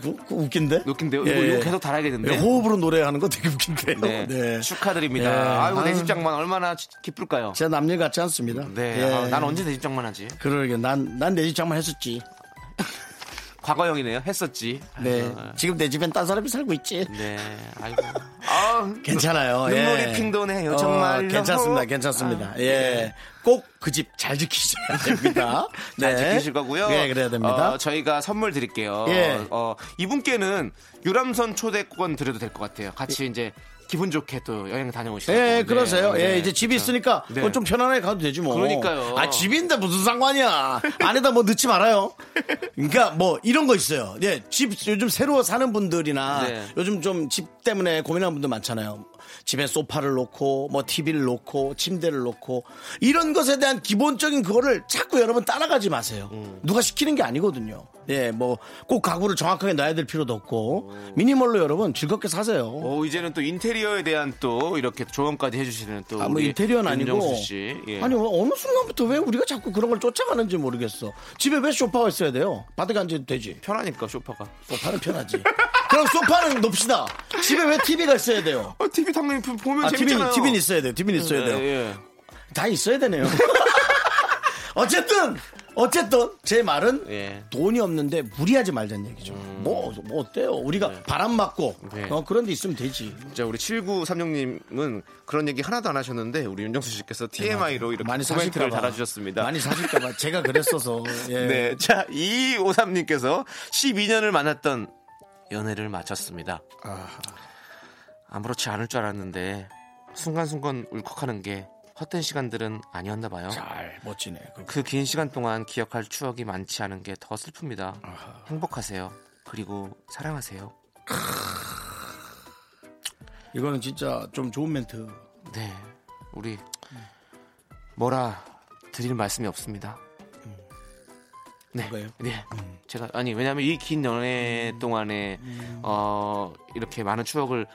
A: 그거- 그거 웃긴데?
B: 웃긴데요.
A: 예,
B: 이거,
A: 예.
B: 이거 계속 달아야겠는데.
A: 예, 호흡으로 노래하는 거 되게 웃긴데요. [LAUGHS]
B: 네.
A: 네.
B: 축하드립니다.
A: 예.
B: 아이고 내
A: 아유.
B: 집 장만 얼마나 지- 기쁠까요?
A: 제 남일 같지 않습니다.
B: 네.
A: 예.
B: 아, 난 언제 내 집 장만하지?
A: 그러게 난난 내 집 장만했었지.
B: 과거형이네요. 했었지.
A: 네.
B: 아,
A: 지금 내 집엔 딴 사람이 살고 있지.
B: 네. 아이고. 아,
A: 괜찮아요.
B: 눈물이
A: 예. 어,
B: 핑 도네요, 정말로. 아, 네.
A: 괜찮습니다. 괜찮습니다. 예. 꼭 그 집 잘 지키셔야 됩니다.
B: [LAUGHS] 잘
A: 네.
B: 지키실 거고요.
A: 예, 그래야 됩니다.
B: 어, 저희가 선물 드릴게요.
A: 예.
B: 어, 이분께는 유람선 초대권 드려도 될 것 같아요. 같이 이제 기분 좋게 또 여행 다녀오시고.
A: 예, 그러세요.
B: 네,
A: 예,
B: 네.
A: 이제 집이 있으니까
B: 네.
A: 그건 좀 편안하게 가도 되지 뭐.
B: 그러니까요.
A: 아, 집인데 무슨 상관이야. 안에다 뭐 넣지 말아요. 그러니까 뭐 이런 거 있어요. 예, 집 요즘 새로 사는 분들이나
B: 네.
A: 요즘 좀 집 때문에 고민하는 분들 많잖아요. 집에 소파를 놓고 뭐 TV를 놓고 침대를 놓고 이런 것에 대한 기본적인 그거를 자꾸 여러분 따라가지 마세요.
B: 음.
A: 누가 시키는 게 아니거든요. 예, 뭐 꼭 가구를 정확하게 넣어야 될 필요도 없고 미니멀로 여러분 즐겁게 사세요.
B: 오, 어, 이제는 또 인테리어에 대한 또 이렇게 조언까지 해주시는 또.
A: 아, 뭐
B: 우리
A: 인테리어는 아니고.
B: 윤정수 씨. 예.
A: 아니, 어느 순간부터 왜 우리가 자꾸 그런 걸 쫓아가는지 모르겠어. 집에 왜 소파가 있어야 돼요? 바닥에 앉아도 되지.
B: 편하니까, 쇼파가.
A: 소파는
B: [LAUGHS]
A: 편하지. 그럼 소파는 높시다. 집에 왜 TV가 있어야 돼요?
B: 아, TV 당연히 보면
A: 아, TV는,
B: 재밌잖아요. 네.
A: TV는 있어야 돼요. [LAUGHS] TV는 있어야 돼요.
B: 예, 예.
A: 다 있어야 되네요. 어쨌든, 어쨌든 제 말은
B: 예. 음.
A: 돈이 없는데 무리하지 말자는 얘기죠. 뭐, 뭐 어때요? 우리가 바람 맞고
B: 네.
A: 어, 그런 데 있으면 되지.
B: 진짜 우리 7936님은 그런 얘기 하나도 안 하셨는데 우리 윤정수 씨께서 TMI로 이렇게
A: 네, 많이
B: 코멘트를
A: 사실까봐
B: 달아주셨습니다.
A: 많이 사실까봐 제가
B: [LAUGHS]
A: 그랬어서. 예.
B: 네. 자, 2253님께서 12년을 만났던 연애를 마쳤습니다. 아무렇지 않을 줄 알았는데 순간순간 울컥하는 게 헛된 시간들은 아니었나 봐요.
A: 잘 멋지네. 그거.
B: 그 긴 시간 동안 기억할 추억이 많지 않은 게 더 슬픕니다. 행복하세요. 그리고 사랑하세요.
A: 이거는 진짜 좀 좋은 멘트.
B: 네. 우리 뭐라 드릴 말씀이 없습니다. 음. 네.
A: 그거예요? 음.
B: 네. 제가 아니 왜냐면 이 긴 연애 동안에
A: 음.
B: 어 이렇게 많은 추억을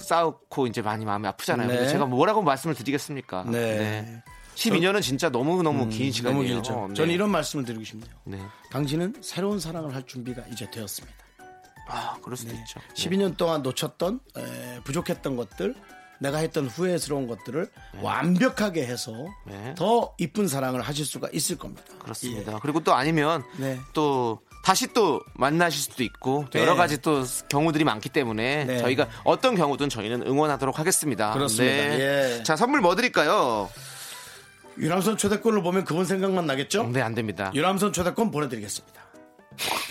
B: 쌓고 이제 많이 마음이 아프잖아요.
A: 네.
B: 근데 제가 뭐라고 말씀을 드리겠습니까?
A: 네. 음,
B: 12년은 진짜 너무 너무 긴 시간이에요.
A: 너무 길죠.
B: 네.
A: 저는 이런 말씀을 드리고 싶네요.
B: 네.
A: 당신은 새로운 사랑을 할 준비가 이제 되었습니다.
B: 아, 그럴
A: 네.
B: 수도 있죠.
A: 12년 동안 놓쳤던 에, 부족했던 것들 내가 했던 후회스러운 것들을 완벽하게 해서
B: 네.
A: 더 이쁜 사랑을 하실 수가 있을 겁니다.
B: 그렇습니다. 그리고 또 아니면
A: 예. 네.
B: 또 다시 또 만나실 수도 있고 또
A: 네.
B: 여러 가지 또 경우들이 많기 때문에
A: 네.
B: 저희가 어떤 경우든 저희는 응원하도록 하겠습니다.
A: 그렇습니다.
B: 네.
A: 예.
B: 자 선물 뭐 드릴까요?
A: 예. 유람선 초대권을 보면 그분 생각만 나겠죠?
B: 네, 안 됩니다.
A: 유람선 초대권 보내드리겠습니다.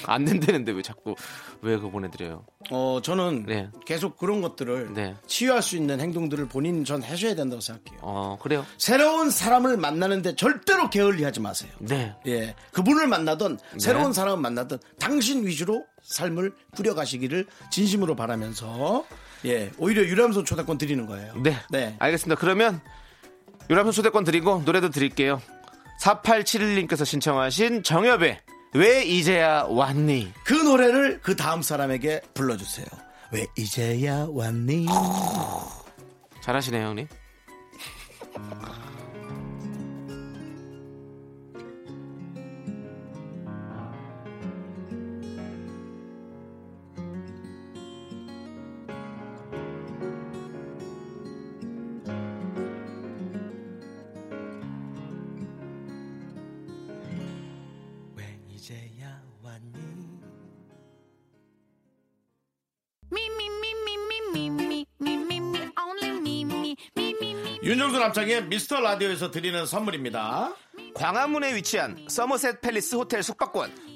B: 안 된다는데 왜 자꾸 왜 그거 보내드려요?
A: 어 저는
B: 네.
A: 계속 그런 것들을
B: 네.
A: 치유할 수 있는 행동들을 본인 전 하셔야 된다고 생각해요.
B: 어 그래요?
A: 새로운 사람을 만나는데 절대로 게을리하지 마세요.
B: 네.
A: 예, 그분을 만나던 새로운 사람을 만나던 당신 위주로 삶을 꾸려가시기를 진심으로 바라면서 예, 오히려 유람선 초대권 드리는 거예요.
B: 네.
A: 네.
B: 알겠습니다. 그러면 유람선 초대권 드리고 노래도 드릴게요. 4871님께서 신청하신 정엽의 왜 이제야 왔니?
A: 그 노래를 그 다음 사람에게 불러주세요. 왜 이제야 왔니?
B: 잘하시네요, 형님.
E: Me, me, me, me, me, me, me, me, me, me, only me, me, me, me, me.
A: 윤정수 남창의 미스터 라디오에서 드리는 선물입니다.
B: 광화문에 위치한 서머셋 팰리스 호텔 숙박권,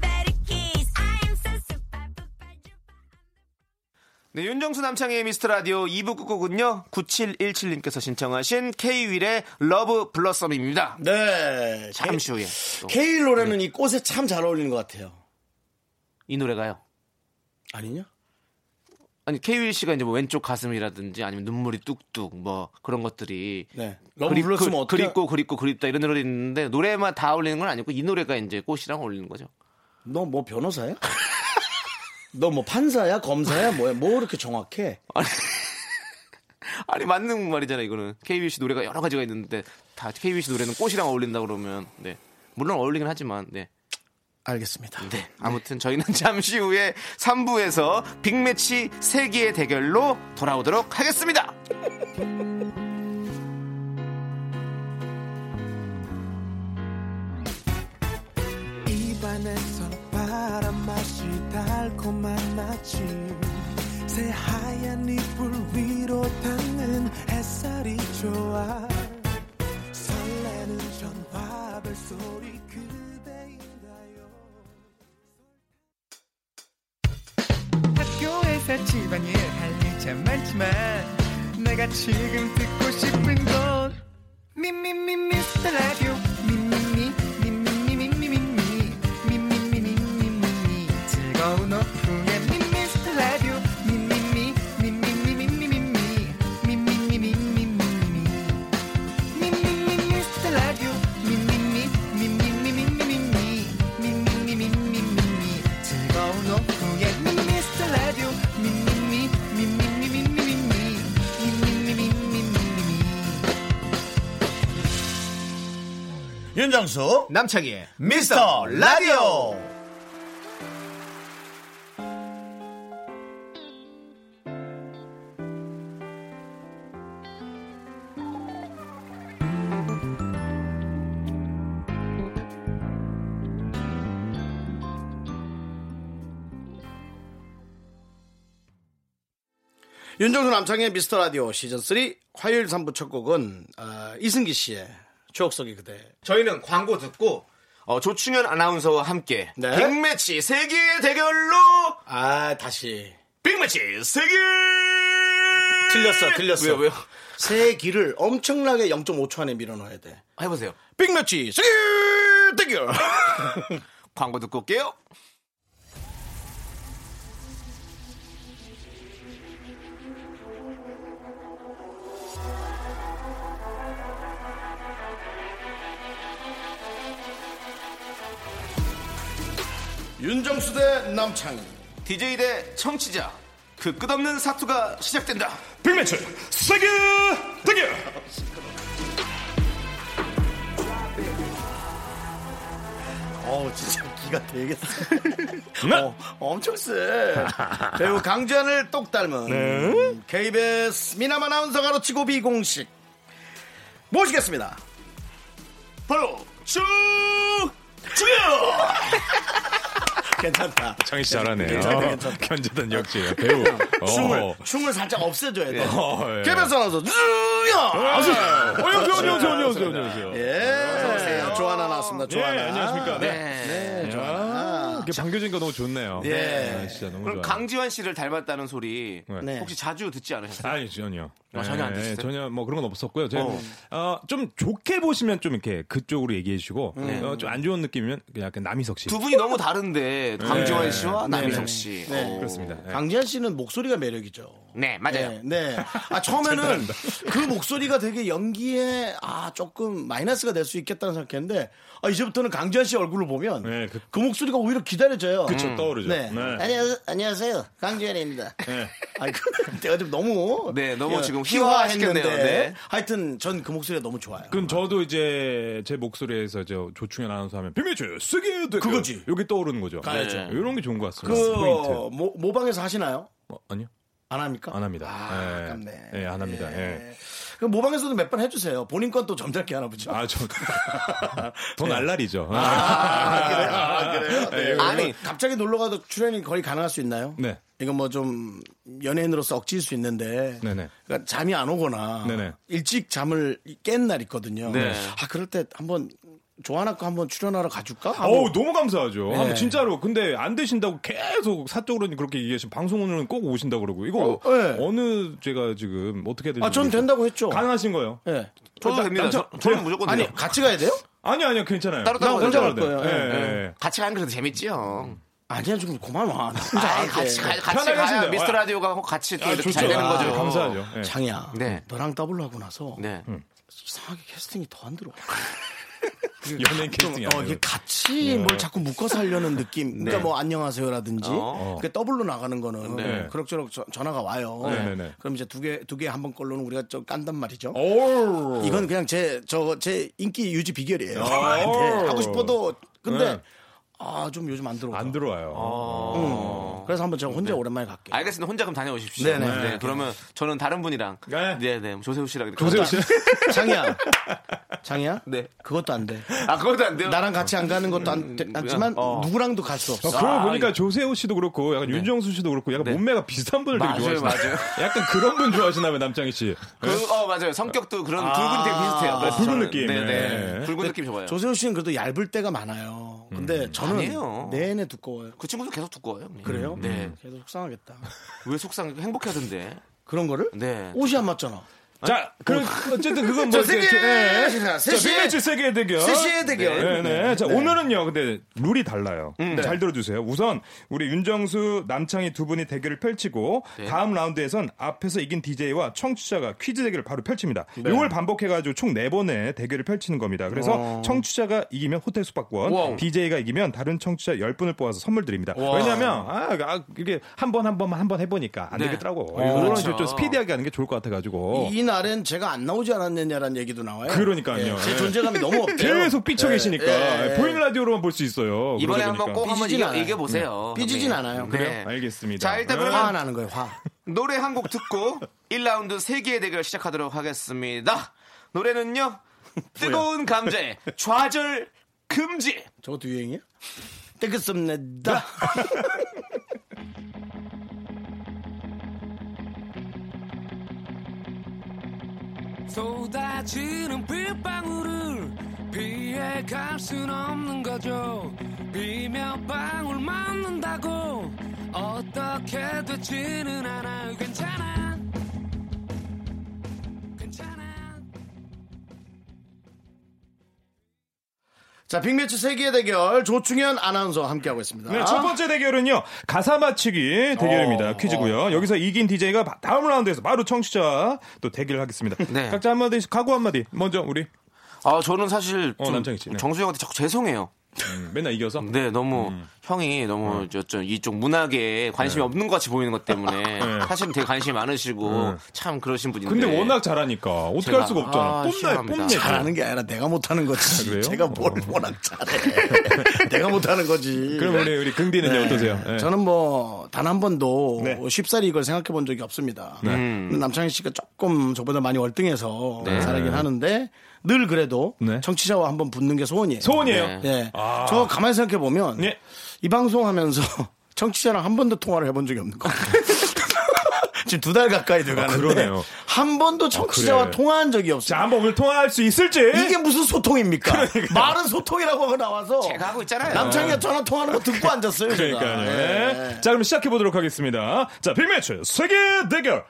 E: that a kiss. I am so super.
B: 네, 윤정수 남창의 미스터 라디오 2부 끝곡은요, 9717님께서 신청하신 K-윌의 러브 블러썸입니다.
A: 네
B: 잠시 후에. 또
A: 케일 네. 노래는 이 꽃에 참 잘 어울리는 것 같아요
B: 이 노래가요.
A: 아니냐?
B: 아니, K-윌 씨가 이제 뭐 왼쪽 가슴이라든지 아니면 눈물이 뚝뚝 뭐 그런 것들이
A: 네 러브 블러스면
B: 그,
A: 어떻게
B: 그립고 그립고 그립다 이런 노래 있는데 노래만 다 어울리는 건 아니고 이 노래가 이제 꽃이랑 어울리는 거죠.
A: 너 뭐 변호사야? [LAUGHS] 너 뭐 판사야? 검사야? 뭐야? 뭐 이렇게 정확해?
B: 아니 맞는 말이잖아 이거는 KBC 노래가 여러 가지가 있는데 다 KBC 노래는 꽃이랑 어울린다 그러면 네 물론 어울리긴 하지만 네.
A: 알겠습니다
B: 네. 아무튼 저희는 [LAUGHS] 잠시 후에 3부에서 빅매치 세기의 대결로 돌아오도록 하겠습니다.
F: 입안에서 바람맛이 달콤한 아침 새하얀 이불 위로 닿는 햇살이 좋아 설레는 전화벨 소리 그대인가요
G: 학교에서 집안일 할 일 참 많지만 내가 지금 듣고 싶은 건 미미미 미스터 라디오 미미미 미미미 미미미 미미미 미미미 즐거운 오후에 미스터 라디오 미미미 미미미 미미미 미미미 미미미 미미미 미스터 라디오 미미미 미미미 미미미 미미미
H: 윤정수
B: 남창희의
H: 미스터 라디오
A: 윤정수 남창의 미스터 라디오 시즌 3 화요일 3부 첫 곡은 아, 이승기 씨의 추억 속의 그대.
B: 저희는 광고 듣고 어, 조충현 아나운서와 함께
A: 네.
B: 빅매치 세계 대결로
A: 아 다시
B: 빅매치 세계
A: 틀렸어, 틀렸어.
B: 왜요 왜요
A: 새 길을 엄청나게 0.5초 안에 밀어넣어야 돼.
B: 해보세요
A: 빅매치 세계 대결.
B: 광고 듣고 올게요
A: 윤정수 대 남창희.
B: DJ 대 청취자 그 끝없는 사투가 시작된다
D: 빅매치 세계 대결
A: 어우 진짜 기가 되겠어. [LAUGHS] 어, 엄청
I: [LAUGHS]
A: 세. 배우 강지한을 똑 닮은
I: 네.
A: KBS 미남 아나운서 가로치고 비공식 모시겠습니다.
D: 바로 쭉
I: [LAUGHS]
D: 죽여
A: 괜찮다.
I: 창희 씨 잘하네요.
A: 괜찮다, 괜찮다.
I: 견제단 역시 배우.
A: [LAUGHS]
I: 어.
A: 춤을 춤을 살짝 없애줘야 돼.
I: 어, 예.
A: KBS 아나운서 주야.
I: 어, 안녕하세요, 안녕하세요, 안녕하세요, 안녕하세요.
A: 예. 조하나 나왔습니다.
I: 예,
A: 조하나.
I: 안녕하십니까. 네.
B: 네.
I: 아, 이게 반겨진 거 너무 좋네요.
A: 예.
I: 아, 진짜 너무
B: 그럼
I: 좋아요.
B: 강지환 씨를 닮았다는 소리
A: 네.
B: 혹시 자주 듣지 않으셨어요?
I: 아니 전혀
B: 아, 전혀 안 드셨어요?
I: 전혀 뭐 그런 건 없었고요. 제가
B: 어.
I: 어, 좀 좋게 보시면 좀 이렇게 그쪽으로 얘기해 주시고 어, 좀 안 좋은 느낌이면 그냥 약간 남희석 씨.
B: 두 분이 너무 다른데 강지환 씨와
A: 네.
B: 남희석 씨 어.
A: 네.
B: 오.
I: 그렇습니다. 예.
A: 강지한 씨는 목소리가 매력이죠.
B: 네 맞아요
A: 네, 네. 아, 처음에는 그 목소리가 되게 연기에 아, 조금 마이너스가 될 수 있겠다는 생각했는데 아, 이제부터는 강지한 씨 얼굴을 보면
I: 네, 그-
A: 그 목소리가 오히려 기다려져요.
I: 그쵸 떠오르죠.
A: 네.
I: 네.
A: 안녕하세요. 안녕하세요. 강지현입니다.
I: 네.
A: 아이, 내가 좀 너무.
B: 네, 너무
A: 예,
B: 지금
A: 희화했는데.
B: 희화시켰네요. 네.
A: 하여튼 전 그 목소리가 너무 좋아요.
I: 그럼 저도 이제 제 목소리에서 저 조충현 아나운서 하면 비밀주 쓰게 돼.
A: 그거지.
I: 여기 떠오르는 거죠.
A: 가야죠.
I: 네. 이런 게 좋은 것
A: 그,
I: 같습니다. 포인트.
A: 모, 모방에서 하시나요?
I: 어, 아니요.
A: 안 합니까?
I: 안 합니다. 예.
A: 아깝네.
I: 예, 안 합니다. 예.
A: 그럼 모방에서도 몇 번 해주세요. 본인 건 또 점잖게 하나 보죠. [LAUGHS]
I: 아, 저. [LAUGHS] 더 날라리죠. 아,
A: 아, 그래요? 아, 그래요? 네.
B: 아니.
A: 갑자기 놀러 가도 출연이 거의 가능할 수 있나요?
I: 예. 네.
A: 이건 뭐 좀 연예인으로서 억지일 수 있는데
I: 네네.
A: 그러니까 잠이 안 오거나
I: 네네.
A: 일찍 잠을 깬 날 있거든요.
B: 네.
A: 아 그럴 때 한번 조하나 거 한번 출연하러 가줄까? 하고
I: 어우, 너무 감사하죠. 아,
A: 네.
I: 진짜로. 근데 안 되신다고 계속 사적으로는 그렇게 얘기하시면 방송으로는 꼭 오신다고 그러고. 이거
A: 어, 네.
I: 어느 제가 지금 어떻게 해야 되는지.
A: 아, 전
I: 모르겠어요.
A: 된다고 했죠.
I: 가능하신 거예요?
A: 예.
B: 저도 됩니다
I: 남자-
B: 저, 는
I: 뭐
B: 무조건 돼요
A: 아니 같이 가야 돼요?
I: 아니, 아니요, 괜찮아요.
B: 따로 따로 네,
I: 나
A: 혼자
I: 가도
A: 갈
I: 돼요.
A: 거예요. 예,
I: 예, 예.
B: 같이 가는 게 그래도 재밌지요
A: 음. 아니야 좀 고마워.
B: 아,
A: 네.
B: 같이 가, 같이
I: 편하게
B: 가야
I: 하시면 돼요.
B: 미스터
I: 아,
B: 라디오가 같이 또
I: 아,
B: 이렇게
I: 좋죠.
B: 잘 되는
I: 아,
B: 거죠.
I: 감사하죠. 음. 예.
A: 장이야.
B: 네.
A: 너랑 더블로 하고 나서
B: 네.
A: 이상하게 캐스팅이 더 안
I: [LAUGHS]
A: 들어.
I: 연예인 캐스팅이 네.
A: 어,
I: 아니에요.
A: 이게 같이 뭘 자꾸 묶어서 하려는 느낌.
I: [LAUGHS]
A: 그러니까 뭐 안녕하세요라든지
B: 어.
A: 그 더블로 나가는 거는
I: 네.
A: 그럭저럭 저- 전화가 와요.
I: 네네네.
A: 그럼 이제 두 개 두 개 한 번 걸로는 우리가 좀 깐단 말이죠.
I: 어우.
A: 이건 그냥 제 저 제 인기 유지 비결이에요.
I: 어.
A: [LAUGHS] 네, 하고 싶어도 근데
I: 네.
A: 아 좀 요즘 안 들어.
I: 안 들어와요.
B: 아,
I: 네.
A: 응. 그래서 한번 제가 혼자 오랜만에 갈게요.
B: 알겠습니다. 혼자 그럼 다녀오십시오.
A: 음. 네네.
B: 네, 그러면 저는 다른 분이랑
I: 네.
B: 네, 네. 조세호 씨랑 이렇게
I: 조세호 씨.
A: [LAUGHS] 장이야, 장이야.
B: 네.
A: 그것도 안 돼.
B: 아, 그것도 안 돼요.
A: 나랑 같이 안 가는 것도 안 되- 않지만
B: 어.
A: 누구랑도 갈 수 없어.
I: 아, 그러고 보니까 조세호 씨도 그렇고 약간 윤정수 씨도 그렇고 약간 몸매가 비슷한 분을 되게
B: 맞아요,
I: 좋아하시나요? 약간 그런 분 좋아하시나 봐요, 남창희 씨.
B: 그, 어, 맞아요. 성격도 그런 두 분이 되게 비슷해요. 그래서
I: 아, 어, 붉은
B: 저는-
I: 느낌.
B: 네,
I: 네.
B: 네. 붉은 느낌 좋아요.
A: 조세호 씨는 그래도 얇을 때가 많아요. 근데
I: 음.
A: 저는
B: 아니에요.
A: 내내 두꺼워요.
B: 그 친구도 계속 두꺼워요. 형님.
A: 그래요?
I: 음,
B: 네.
A: 계속 속상하겠다.
B: 왜 속상해? 행복하던데.
I: 어,
A: 그런 거를?
B: 네.
A: 옷이 안 맞잖아.
I: 자, 그, 어쨌든 그건 뭐.
A: 저 세계! 네. 세시에!
I: 빅매치 세계 대결.
A: 세시의 대결.
I: 네, 네. 음. 자, 오늘은요, 근데 룰이 달라요. 잘 들어주세요. 우선, 우리 윤정수, 남창희 두 분이 대결을 펼치고, 다음 라운드에선 앞에서 이긴 DJ와 청취자가 퀴즈 대결을 바로 펼칩니다. 이걸 반복해가지고 총 네번의 대결을 펼치는 겁니다. 그래서 청취자가 이기면 호텔 숙박권,
B: 와우.
I: DJ가 이기면 다른 청취자 10분을 뽑아서 선물 드립니다. 왜냐면, 아, 아, 이게 한 번 한 번만 한 번 해보니까 안
B: 네.
I: 되겠더라고.
B: 어,
I: 이런
B: 그렇죠.
I: 식으로 좀 스피디하게 하는 게 좋을 것 같아가지고.
A: 이 날엔 제가 안 나오지 않았느냐라는 얘기도 나와요.
I: 어. 그러니까요.
A: 예, 제
I: 예.
A: 존재감이 너무 없대요.
I: 계속 삐쳐
A: 예,
I: 계시니까
A: 예, 예.
I: 보이는 라디오로만 볼 수 있어요.
B: 이번에
I: 그러다
B: 한번
I: 보니까. 네.
B: 꼭 한번
A: 삐지진
B: 이겨,
A: 않아요.
B: 이겨보세요.
A: 삐지진 않아요.
B: 그래요?
I: 알겠습니다.
B: 자, 일단
I: 네.
B: 그러면
A: 화 나는 거예요. 화.
B: 노래 한 곡 듣고 [LAUGHS] 1라운드 세개의 대결 시작하도록 하겠습니다.
I: [LAUGHS]
B: 노래는요. 뜨거운 감자의 좌절 금지.
A: 저것도 유행이야?
I: 네.
A: 뜨겁습니다.
J: 쏟아지는 빗방울을 피해 갈 순 없는 거죠 비며 방울 맞는다고 어떻게 되지는 않아 괜찮아 괜찮아
A: 자, 빅매치 세계 대결 조충현 아나운서 함께하고 있습니다.
I: 네, 첫 번째 대결은요. 가사 맞히기
B: 어,
I: 대결입니다. 퀴즈고요. 여기서 이긴 DJ가 다음 라운드에서 바로 청취자 또 대결을 하겠습니다.
B: [LAUGHS] 네.
I: 각자 한마디씩 각오 한마디. 먼저 우리
B: 아, 저는 사실
I: 어,
B: 좀
I: 남창희 씨, 네.
B: 정수형한테 자꾸 죄송해요.
I: 음, 맨날 이겨서
B: 네, 너무 형이 너무 저, 저 이쪽 문학에 관심이 없는 것 같이 보이는 것 때문에 사실은 되게 관심이 많으시고 참 그러신 분인데.
I: 근데 워낙 잘하니까 어떻게 할 수가
B: 네. 제가-
I: 없잖아.
B: 아,
I: 뽐내,
B: 시원합니다.
I: 뽐내.
A: 잘하는 게 아니라 내가 못하는 거지.
I: 그래요? 어.
A: 제가 뭘 워낙 잘해. [LAUGHS] 내가 못하는 거지. 네.
I: 그럼 우리 우리 긍디는
B: 네.
I: 요 어떠세요? 예.
A: 저는 뭐 단 한 번도
I: 네.
A: 쉽사리 이걸 생각해 본 적이 없습니다. 근데 남창희 씨가 조금 저보다 많이 월등해서 잘하긴 하는데 늘 그래도
I: 네.
A: 청취자와 한번 붙는 게 소원이에요.
I: 소원이에요.
B: 네.
A: 예.
I: 아.
A: 저 가만히 생각해 보면
I: 예.
A: 이 방송하면서 [LAUGHS] 청취자랑 한 번도 통화를 해본 적이 없는 것
I: [LAUGHS]
A: 같아요. 지금 두 달 가까이 돼가는데
I: 아, 그러네요. 아,
A: 한 번도 청취자와
I: 그래.
A: 통화한 적이
I: 자,
A: 없어요.
I: 한번 오늘 통화할 수 있을지.
B: 네.
A: 이게 무슨 소통입니까? 말은 소통이라고 나와서
B: 제가 하고 있잖아요.
A: 남창이가 전화 통화하는 거 듣고 앉았어요. 제가.
I: 아, 그러니까요.
A: 예.
I: 예. 자, 그럼 시작해 보도록 하겠습니다. 자, 빅매치 세계 대결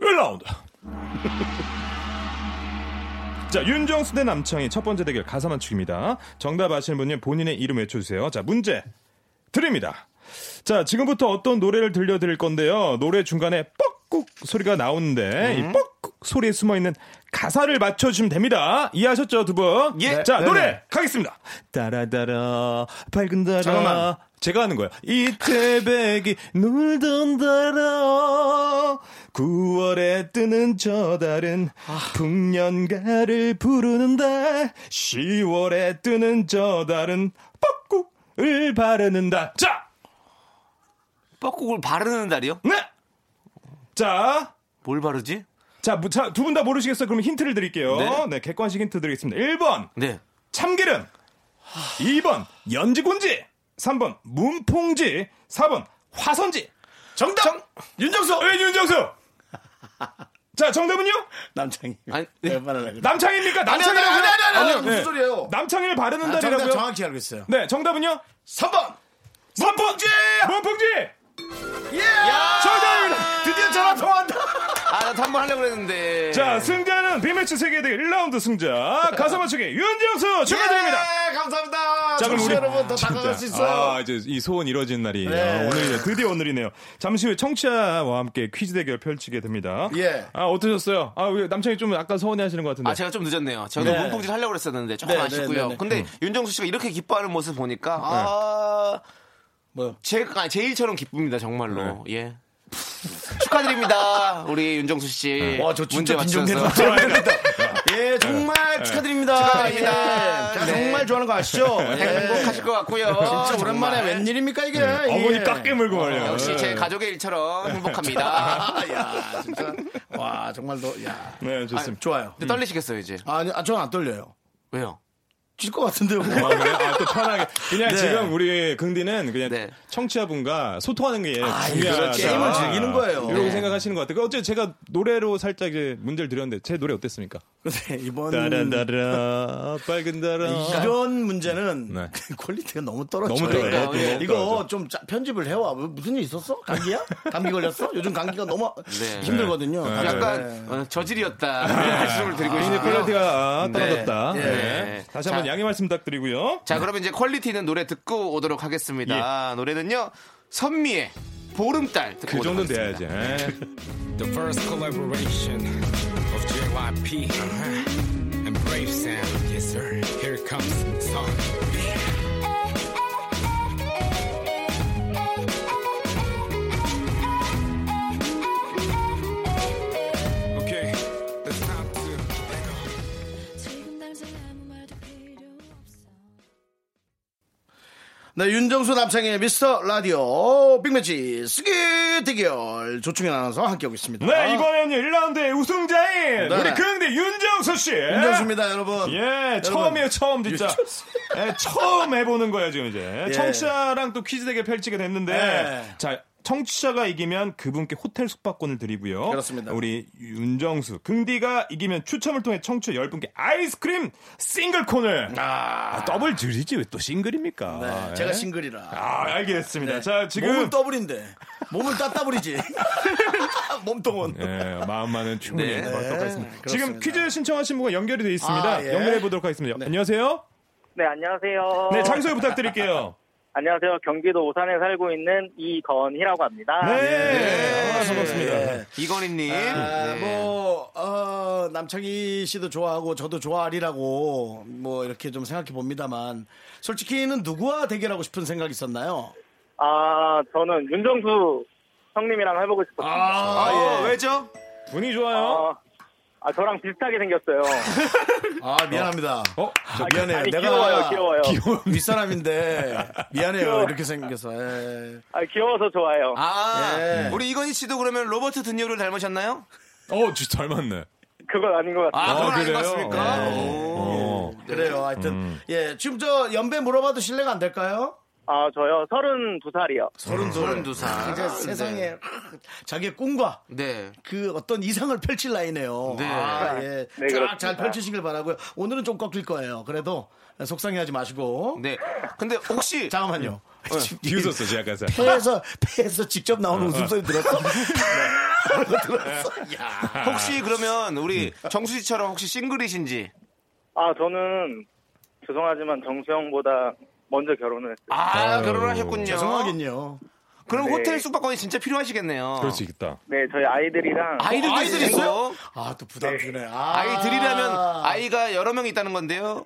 I: 1라운드. [LAUGHS] 자, 윤정수 대 남창희 첫 번째 대결 가사 맞추기입니다. 정답 아시는 분이 본인의 이름 외쳐주세요. 자, 문제 드립니다. 자, 지금부터 어떤 노래를 들려드릴 건데요. 노래 중간에 뻑꾹 소리가 나오는데 이 뻑꾹 소리에 숨어있는 가사를 맞춰주시면 됩니다. 이해하셨죠, 두 분?
A: 네.
B: 예.
I: 자, 노래 가겠습니다. 따라따라 밝은 달아
A: 잠깐만.
I: 제가 하는 거예요. 이태백이 놀던 달아 9월에 뜨는 저 달은 풍년가를 부르는 달 10월에 뜨는 저 달은 뻑국을 바르는 달 자!
B: 뻐꾸를 바르는 날이요?
I: 네! 자,
B: 뭘 바르지?
I: 자, 두 분 다 모르시겠어요? 그럼 힌트를 드릴게요.
B: 네.
I: 네, 객관식 힌트 드리겠습니다. 1번,
B: 네.
I: 참기름 2번 연지곤지 3번 문풍지 4번 화선지 정답 예, 윤정수
A: [LAUGHS]
I: 왜 윤정수 자 정답은요
A: 남창이.
B: 아니, 네.
I: 네,
A: 왜 말하려고 그래.
I: 남창입니까
A: 아니, 아니, 아니, 아니, 아니, 아니, 무슨
I: 네.
A: 소리예요?
I: 남창이를 바르는
A: 아, 정답
I: 달이라고요
A: 정확히 알고 있어요.
I: 네 정답은요
A: 3번!
I: 문풍지 문풍지
A: 예!
I: 정답입니다
A: 아! 드디어 전화 통화한다!
B: 아, 나도 한번 하려고 그랬는데.
A: 네.
I: 자 승자는 비매치 세계대회 1라운드 승자 가사 맞추기 윤정수 축하드립니다
A: 예, 감사합니다.
I: 자, 그럼
A: 청취자
I: 우리-
A: 여러분 더
I: 진짜.
A: 다가갈 수 있어요.
I: 아, 이제 이 소원 이루어진 날이에요.
A: 네.
I: 오늘이네요. 드디어 오늘이네요. 잠시 후에 청취자와 함께 퀴즈 대결 펼치게 됩니다.
A: 예.
I: 아, 어떠셨어요? 아, 왜 남창이 좀 아까 서운해 하시는 것 같은데.
B: 아, 제가 좀 늦었네요. 저도
A: 네.
B: 문풍질 하려고 그랬었는데 조금
A: 네, 네,
B: 아쉽고요.
A: 네, 네.
B: 근데 윤정수 씨가 이렇게 기뻐하는 모습 보니까 아,
A: 뭐요? 네.
B: 제가 제일처럼 기쁩니다. 정말로. 예. 축하드립니다. 우리 윤정수 씨.
A: 네. 와, 저 진짜
B: 문제 맞추셔서. 네.
A: 긴장되는
B: [LAUGHS]
A: 예, 정말 축하드립니다.
B: 축하드립니다.
A: 예. 자,
B: 네.
A: 정말 좋아하는 거 아시죠? 예.
B: 행복하실 것 같고요. 아,
A: 진짜 오랜만에
B: 정말. 네.
A: 웬일입니까, 네. 이게?
I: 네. 어머니
A: 예.
I: 깎깨 물고 네. 말려.
B: 역시 제 가족의 일처럼 행복합니다.
A: 아, 야, 진짜. 와, 정말 너, 야.
I: 네, 좋습니다.
A: 좋아요.
B: 근데 떨리시겠어요, 이제.
A: 아니, 아, 저는 안 떨려요.
B: 왜요?
A: 질 것 같은데요.
I: 아, 그래요? 아, 또 편하게. 그냥
A: 네.
I: 지금 우리 긍디는 그냥
B: 네.
I: 청취자분과 소통하는 게 중요하다.
A: 아, 이거 그렇죠. 게임을 즐기는 거예요.
I: 이렇게
B: 네.
I: 생각하시는 것 같아요. 그 어제 제가 노래로 살짝 이제 문제를 드렸는데 제 노래 어땠습니까?
A: 근데 이번
I: 따라따라 빨간 따라
A: 이런 문제는
I: 네.
A: [LAUGHS] 퀄리티가 너무 떨어져.
I: 너무 떨어져요.
A: 그러니까
B: 예.
A: 이거 좀 짜- 편집을 해와. 뭐, 무슨 일 있었어? 감기야? 감기 걸렸어? 요즘 감기가 너무
B: 네.
A: 힘들거든요.
I: 네.
A: 다들.
B: 약간
A: 네.
B: 어, 저질이었다. 말씀을 드리고
I: 아,
B: 싶고요.
I: 퀄리티가 떨어졌다.
A: 네.
I: 네.
B: 네.
I: 다시 한번
B: 자.
I: 양해 말씀 부탁드리고요.
B: 자, 그러면 이제 퀄리티 있는 노래 듣고 오도록
I: 예.
B: 하겠습니다. 아, 노래는요, 선미의 보름달 듣고
I: 그
B: 오도록
I: 정도는
B: 하겠습니다.
I: 돼야지. 예.
J: The first collaboration of JYP uh-huh, and Brave Sound. Yes, sir. Here comes song. Okay, let's
A: 네, 윤정수 남창의 미스터 라디오 빅매치 스기 대결 조충현 아나운서와 함께하고 있습니다.
I: 네, 이번에는 1라운드의 우승자인
A: 네.
I: 우리 긍대 윤정수 씨.
A: 윤정수입니다, [LAUGHS] 여러분.
I: 예,
A: 여러분.
I: 처음이에요, 처음 진짜. 예, 처음 해보는 거예요 지금 이제.
A: 예.
I: 청취자랑 또 퀴즈 대결 펼치게 됐는데,
A: 예.
I: 자. 청취자가 이기면 그분께 호텔 숙박권을 드리고요.
A: 그렇습니다.
I: 우리 윤정수, 긍디가 이기면 추첨을 통해 청취자 10분께 아이스크림 싱글콘을 아, 더블 드리지 왜 또 싱글입니까? 예.
A: 네, 제가 싱글이라. 네.
I: 아, 알겠습니다. 자, 지금
A: 몸은 더블인데 몸은
I: [LAUGHS]
A: 따따블이지. 몸통은.
I: 예, 마음만은
B: 네.
I: 충분히 네. 받도록 하겠습니다.
A: 그렇습니다.
I: 지금 퀴즈 신청하신 분과 연결이 되어 있습니다.
A: 아, 예.
I: 연결해 보도록 하겠습니다. 안녕하세요.
K: 네, 안녕하세요.
I: 네, 자기소개 부탁드릴게요.
K: [LAUGHS] 안녕하세요. 경기도 오산에 살고 있는 이건희라고 합니다.
I: 네, 아, 반갑습니다.
B: 네. 이건희님.
A: 아,
B: 네.
A: 뭐, 어, 남창희 씨도 좋아하고 저도 좋아하리라고 뭐 이렇게 좀 생각해 봅니다만 솔직히는 누구와 대결하고 싶은 생각이 있었나요?
K: 아, 저는 윤정수 형님이랑 해보고 싶었습니다.
B: 아,
A: 아, 예.
B: 왜죠?
I: 분위기 좋아요.
K: 아, 아, 저랑 비슷하게 생겼어요.
A: 아, 미안합니다.
I: 어?
A: 아, 미안해요.
K: 아니,
A: 내가
K: 귀여워요, 귀여워요.
A: 윗사람인데 미안해요.
K: 귀여워.
A: 이렇게 생겨서. 예.
K: 아, 귀여워서 좋아요.
B: 아,
A: 예.
B: 우리 이건희 씨도 그러면 로버트 드니오를 닮으셨나요?
I: 어, 진짜 잘 맞네.
K: 그건 아닌 것 같아요.
B: 아, 그건 아닌 것
I: 그래요? 네. 어.
B: 같습니까? 오.
A: 아, 그래요. 하여튼 예, 지금 저 연배 물어봐도 신뢰가 안 될까요?
K: 아, 저요. 32살이요.
A: 서른
B: 서른 두 살.
A: 이제 아, 세상에 자기의 꿈과
B: 네.
A: 그 어떤 이상을 펼칠 나이네요.
B: 네.
A: 아, 예.
K: 네,
A: 쫙
K: 그렇습니다.
A: 잘 펼치시길 바라고요. 오늘은 좀 꺾일 거예요. 그래도 속상해하지 마시고.
B: 네. 근데 혹시
A: 잠깐만요.
I: 비웃었어, 제가 가서.
A: 폐에서 폐에서 직접 나오는 웃음소리 들었어? 들었어. 야.
B: 혹시 그러면 우리 정수 씨처럼 혹시 싱글이신지?
K: 아, 저는 죄송하지만 정수형보다 먼저 결혼을 했어요.
B: 아, 결혼하셨군요.
A: 죄송하긴요.
B: 그럼
K: 네.
B: 호텔 숙박권이 진짜 필요하시겠네요.
I: 그럴 수 있겠다.
K: 네, 저희 아이들이랑
B: 아이들도
A: 아이들이
B: 있어요?
A: 아, 또 부담 주네. 아.
B: 아이들이라면 아이가 여러 명 있다는 건데요.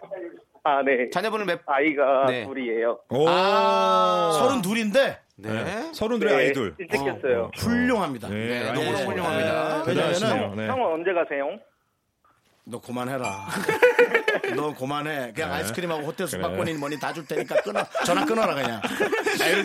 K: 아, 네.
B: 자녀분은 몇?
K: 아이가
B: 네.
K: 둘이에요.
I: 오.
A: 아, 서른 둘인데
B: 네.
I: 서른 둘의
K: 네,
I: 아이돌.
K: 일찍 했어요.
A: 훌륭합니다.
I: 네,
B: 네,
I: 아이돌.
B: 너무너무
A: 예.
B: 훌륭합니다.
I: 대단하시네요.
A: 왜냐면은
I: 네.
K: 형은 언제 가세요?
A: 너
B: [LAUGHS]
A: 그만해라. 너 그만해.
B: 네.
A: 그냥 아이스크림하고 호텔 숙박권이 뭐니 다 줄 테니까 끊어. 전화 끊어라
B: [LAUGHS]
A: 그냥.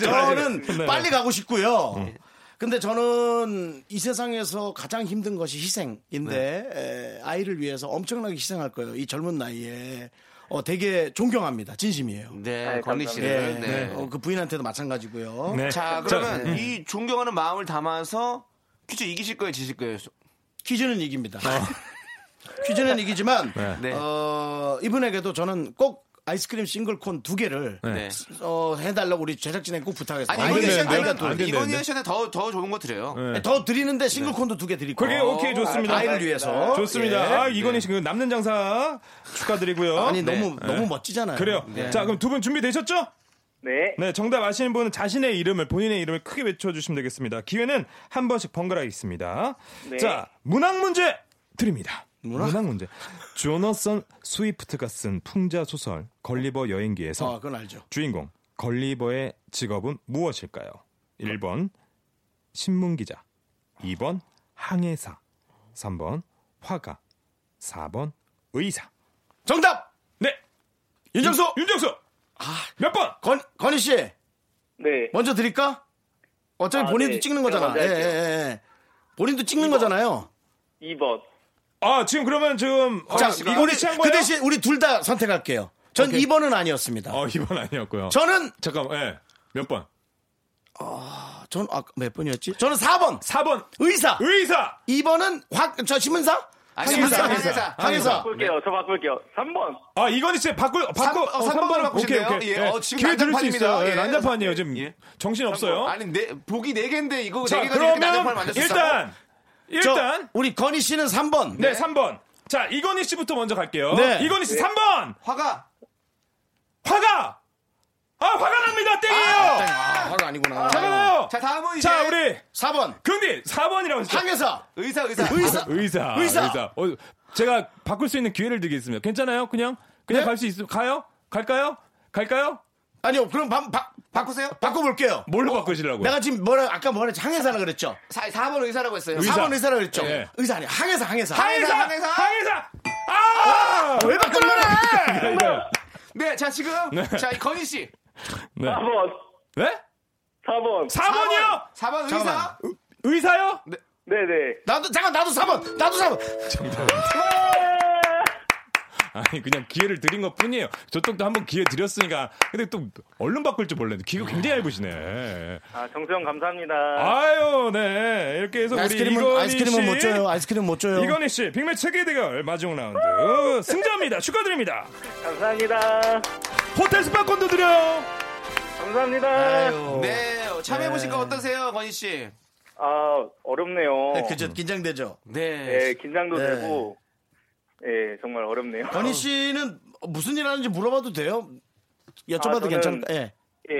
A: 저는
I: 마세요. 네.
A: 빨리 가고 싶고요.
B: 음.
A: 근데 저는 이 세상에서 가장 힘든 것이 희생인데
B: 네.
A: 에, 아이를 위해서 엄청나게 희생할 거예요. 이 젊은 나이에 어, 되게 존경합니다. 진심이에요.
B: 네,
K: 아,
B: 건희
K: 감사합니다.
B: 씨를. 네.
A: 어, 그 부인한테도 마찬가지고요.
I: 네.
B: 자, 그러면 이 존경하는 마음을 담아서 퀴즈 이기실 거예요, 지실 거예요?
A: 퀴즈는 이깁니다. [LAUGHS] 퀴즈는 이기지만
B: 어. 네.
A: 어, 이분에게도 저는 꼭 아이스크림 싱글콘 두 개를
B: 네.
A: 어, 해달라고 우리 제작진에 꼭 부탁했어요.
B: 아니,
I: 안
B: 이건희
I: 되는데?
B: 씨한테
I: 안 되는데?
B: 이건희 씨한테 더, 더 좋은 거 드려요.
I: 네.
A: 더 드리는데 싱글콘도 두 개 드리고
I: 그게 오케이, 좋습니다.
A: 아이를
B: 네.
A: 위해서
I: 좋습니다.
A: 예. 아,
I: 아, 이건희 씨, 그 남는 장사 축하드리고요.
A: 아니
B: 네.
A: 너무 너무 멋지잖아요. 네.
I: 그래요. 자, 그럼 두 분 준비되셨죠?
K: 네.
I: 네, 정답 아시는 분은 자신의 이름을 본인의 이름을 크게 외쳐주시면 되겠습니다. 기회는 한 번씩 번갈아 있습니다.
K: 네.
I: 자, 문학 문제 드립니다. 문학, 문제. 조너선 스위프트가 쓴 풍자 소설 걸리버
A: 아,
I: 여행기에서
A: 그건 알죠.
I: 주인공 걸리버의 직업은 무엇일까요? 1번 신문 기자, 2번 항해사, 3번 화가, 4번 의사.
A: 정답
I: 네,
A: 윤정수
I: 윤정수. 아, 몇 번?
A: 건 건희 씨
K: 네.
A: 먼저 드릴까? 어차피
K: 아,
A: 본인도
K: 네.
A: 찍는
K: 제가
A: 거잖아.
K: 먼저
A: 예, 예,
K: 할게요.
A: 예. 본인도 찍는 거잖아요.
K: 2번.
I: 아, 지금 그러면 지금
A: 자,
I: 어,
A: 우리
I: 이거를 취한
A: 그
I: 거예요?
A: 대신 우리 둘 다 선택할게요. 전 2번은 아니었습니다.
I: 어, 이번 아니었고요.
A: 저는
I: 잠깐만, 예. 몇 번?
A: 전 아까 몇 번이었지? 저는 4번
I: 4번.
A: 의사.
I: 의사!
A: 2번은 확저 신문사?
B: 아니,
A: 항해사,
B: 항해사,
A: 항해사.
B: 항해사.
A: 항해사.
K: 바꿀게요. 저 바꿀게요. 3번.
I: 아, 이건희 씨, 바꿀, 바꿔,
B: 삼- 어, 삼 번으로
I: 오케이,
B: 바꾸시네요.
I: 오케이.
B: 예, 어, 지금
I: 기회 들을 수
B: 난장판입니다.
I: 있어요. 예,
B: 예.
I: 난장판이에요. 지금
B: 예.
I: 정신 없어요.
B: 아니, 네, 보기 네개인데 이거
I: 자,
B: 4개가 이렇게 난장판을
I: 그러면
B: 만들 수 있어요?
I: 일단,
A: 저,
I: 일단,
A: 우리 건희 씨는 3번.
I: 네, 삼 3번. 자, 이건희 씨부터 먼저 갈게요.
A: 네.
I: 이건희 씨, 삼 3번!
B: 화가!
I: 화가! 아, 화가 납니다! 땡이에요!
A: 아, 화가 아니구나.
I: 화가 나요!
B: 자, 다음은 이제
I: 자, 우리,
A: 4번.
I: 긍디, 4번이라고 했죠.
A: 항해사.
B: 의사, 의사.
A: 의사.
I: 의사.
A: 의사.
I: 어, 제가 바꿀 수 있는 기회를 드리겠습니다. 괜찮아요? 그냥? 그냥
A: 네?
I: 갈 수 있어요? 가요? 갈까요? 갈까요?
A: 아니요, 그럼 바, 바,
B: 바꾸세요?
A: 바꿔볼게요.
K: 어?
I: 뭘로 바꾸시려고요?
A: 내가 지금 뭐라, 아까 뭐라 했지? 항해사라 그랬죠?
B: 사, 4번 의사라고 했어요.
I: 의사.
A: 4번 의사라 그랬죠?
I: 예.
A: 의사 아니야. 항해사, 항해사.
I: 항해사!
B: 항해사!
I: 항해사! 아!
A: 왜 바꾸려고 그래? [LAUGHS]
I: 이거, 이거.
B: 네, 자, 지금. 자, 이 건희 씨.
I: 네.
K: 4번.
I: 네?
K: 4번.
I: 4번이요?
B: 4번 의사?
A: 잠깐만.
I: 의사요?
B: 네.
K: 네네.
A: 나도 잠깐 나도 4번. 나도 4번.
I: 아니 그냥 기회를 드린 것 뿐이에요. 저쪽도 한번 기회 드렸으니까 근데 또 얼른 바꿀 줄 몰랐는데 기가 굉장히 얇으시네.
K: 아, 정수영 감사합니다.
I: 아유, 네 이렇게 해서 우리
A: 아이스크림은
I: 이건희
A: 아이스크림은
I: 씨,
A: 못 줘요. 아이스크림 못 줘요.
I: 이건희 씨 빅매치 세계 대결 마지막 라운드 승자입니다. 축하드립니다.
K: 감사합니다.
I: 호텔 스파권도 드려요.
K: 감사합니다.
I: 어.
B: 네, 참여해보신 거 어떠세요, 건희 씨?
K: 아, 어렵네요.
A: 네, 그죠. 긴장되죠.
K: 예, 긴장도
A: 네.
K: 되고. 예, 정말 어렵네요.
A: 건희 씨는 무슨 일 하는지 물어봐도 돼요?
K: 아,
A: 여쭤봐도
K: 저는-
A: 괜찮을까? 예.
K: 예,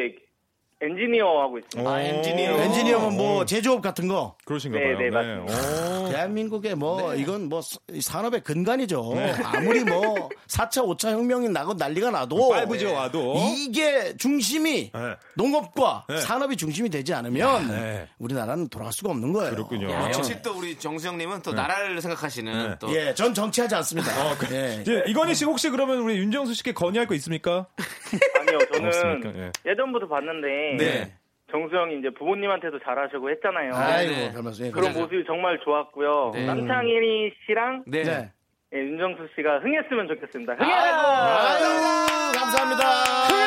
K: 엔지니어 하고 있습니다.
I: 아, 엔지니어. 네.
A: 엔지니어면 뭐 제조업 같은 거.
I: 그러신가
K: 네,
I: 봐요. 어,
K: 네,
A: 대한민국의 뭐 이건 뭐 사- 이 산업의 근간이죠.
I: 네.
A: 아무리
I: [LAUGHS]
A: 뭐 4차 5차 혁명이 나고 난리가 나도
I: 뭐 빨부지 와도.
A: 이게 중심이
I: 네.
A: 농업과
I: 네.
A: 산업이 중심이 되지 않으면
I: 네.
A: 우리나라는 돌아갈 수가 없는 거예요.
K: 네,
I: 그렇군요.
B: 야, 역시 또 우리 정수영님은 또 나라를 생각하시는
I: 네.
B: 또.
A: 예, 전 정치하지 않습니다.
I: 어, 그
A: 예.
I: 이제 이건희 씨 혹시 그러면 우리 윤정수 씨께 건의할 거 있습니까?
K: 아니요, 저는
I: 없습니까? 예.
K: 예전부터 봤는데
B: 네.
K: 정수영이 이제 부모님한테도 잘하시고 했잖아요.
A: 아이고,
B: 네.
A: 별말씀. 예,
K: 그런
I: 뭐,
A: 그렇죠.
K: 모습이 정말 좋았고요.
B: 네.
K: 남창희 씨랑
B: 네.
A: 네.
K: 예, 윤정수 씨가 흥했으면 좋겠습니다.
A: 아유,
K: 흥해라!
A: 감사합니다.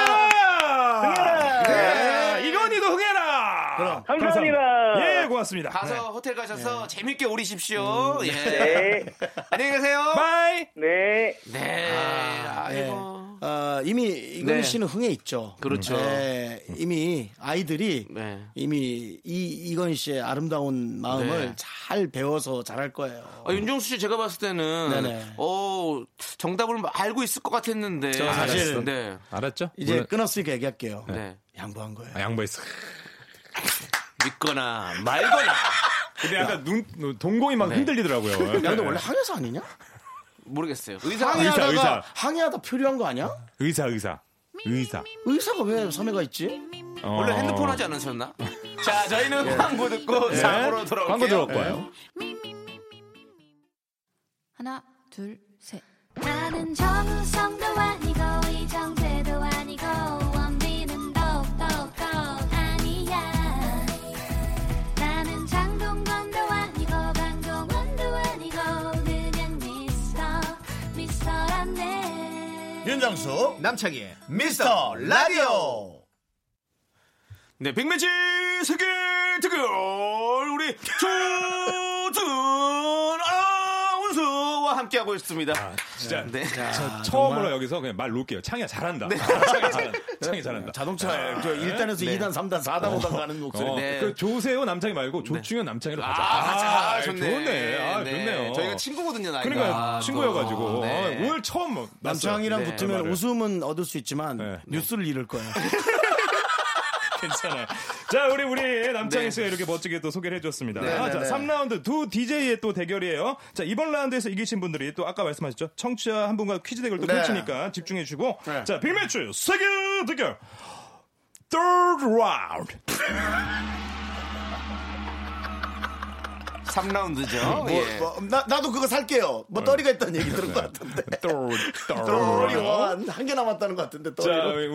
I: 네. 이건희도 흥해라.
A: 그럼.
K: 감사합니다.
I: 예, 고맙습니다.
A: 네.
B: 가서 호텔 가셔서 재밌게 오리십시오.
A: 음,
B: 예.
K: 네.
B: 안녕히 계세요.
I: 바이.
K: 네.
B: 네. 아,
A: 예.
B: 아이고.
A: 어, 이미 이건희
B: 네.
A: 씨는 흥에 있죠.
B: 그렇죠.
A: 예, 이미 아이들이
B: 네.
A: 이미 이 이건희 씨의 아름다운 마음을
B: 네.
A: 잘 배워서 잘할 거예요.
B: 아, 윤종수 씨 제가 봤을 때는
A: 네네.
B: 어 정답을 알고 있을 것 같았는데
A: 저 사실-
B: 알았어. 네.
I: 알았죠?
A: 이제
I: 오늘-
A: 끊었으니까 얘기할게요.
B: 네.
A: 양보한 거예요.
I: 아, 양보했어.
B: 믿거나 말거나
I: [LAUGHS] 근데 약간 눈 동공이 막 흔들리더라고요. 네.
A: 야, 근데 원래 항해사 아니냐?
B: 모르겠어요. 의사
A: 항해하다가
I: 의사.
A: 항해하다 표류한 거 아니야?
I: 의사 의사 의사.
A: 의사가 왜 섬에가 있지?
B: 원래
I: 어.
B: 핸드폰 하지 않으셨나? 예. 자 저희는 광고 듣고
I: 네.
B: 사고로 돌아올게요. 예.
I: 광고 들어올까요?
E: 하나, 둘, 셋.
L: 나는 정우성도 아니고 이정재도 아니고 원빈은 더욱더 아니야 나는 장동건도 아니고 강동원도 아니고 그냥 미스터 미스터란데
H: 윤정수 남창희의 미스터 라디오
B: 네, 백매치 세계 대결 우리 조준 아운수와 함께하고 있습니다.
I: 진짜
B: 네.
I: 저 처음으로 여기서 그냥 말 놓을게요. 창이야 잘한다. [LAUGHS] 창이 잘한다. 창이 잘한다. 아,
A: 자동차에 저 1단에서
B: 네.
A: 2단, 3단, 4단, 5단 가는 목소리.
I: 어,
B: 네.
I: 그 조세호 남창이 말고 조충현 남창이로
B: 아,
I: 가자.
B: 아, 좋네.
I: 좋네. 아, 좋네요.
B: 저희가 친구거든요, 나이가.
I: 그러니까
B: 아,
I: 친구여가지고
B: 또. 네.
I: 아, 오늘 처음 났어요.
A: 남창이랑
B: 네,
A: 붙으면
I: 말을.
A: 웃음은 얻을 수 있지만
I: 네.
A: 뉴스를 잃을 거예요.
I: [LAUGHS] 괜찮아요. 자, 우리 우리 남창희
B: 네.
I: 씨가 이렇게 멋지게 또 소개를 해주셨습니다.
B: 네,
I: 아,
A: 네,
I: 자,
A: 네.
I: 3라운드 두 DJ의 또 대결이에요. 자, 이번 라운드에서 이기신 분들이 또 아까 말씀하셨죠. 청취자 한 분과 퀴즈 대결 또
A: 네.
I: 펼치니까 집중해 주시고
A: 네.
I: 자, 빅매치 세계 대결 Third round.
B: 3라운드죠. 예.
A: 뭐, 뭐, 나, 나도 그거 살게요.
I: 어.
A: 뭐 떠리가 있다는 얘기 들은 것
I: 네.
A: 같은데. [LAUGHS]
I: Third, third round.
A: 떠리가 한 개 남았다는 것 같은데
I: 어. 자,
A: 떠리로.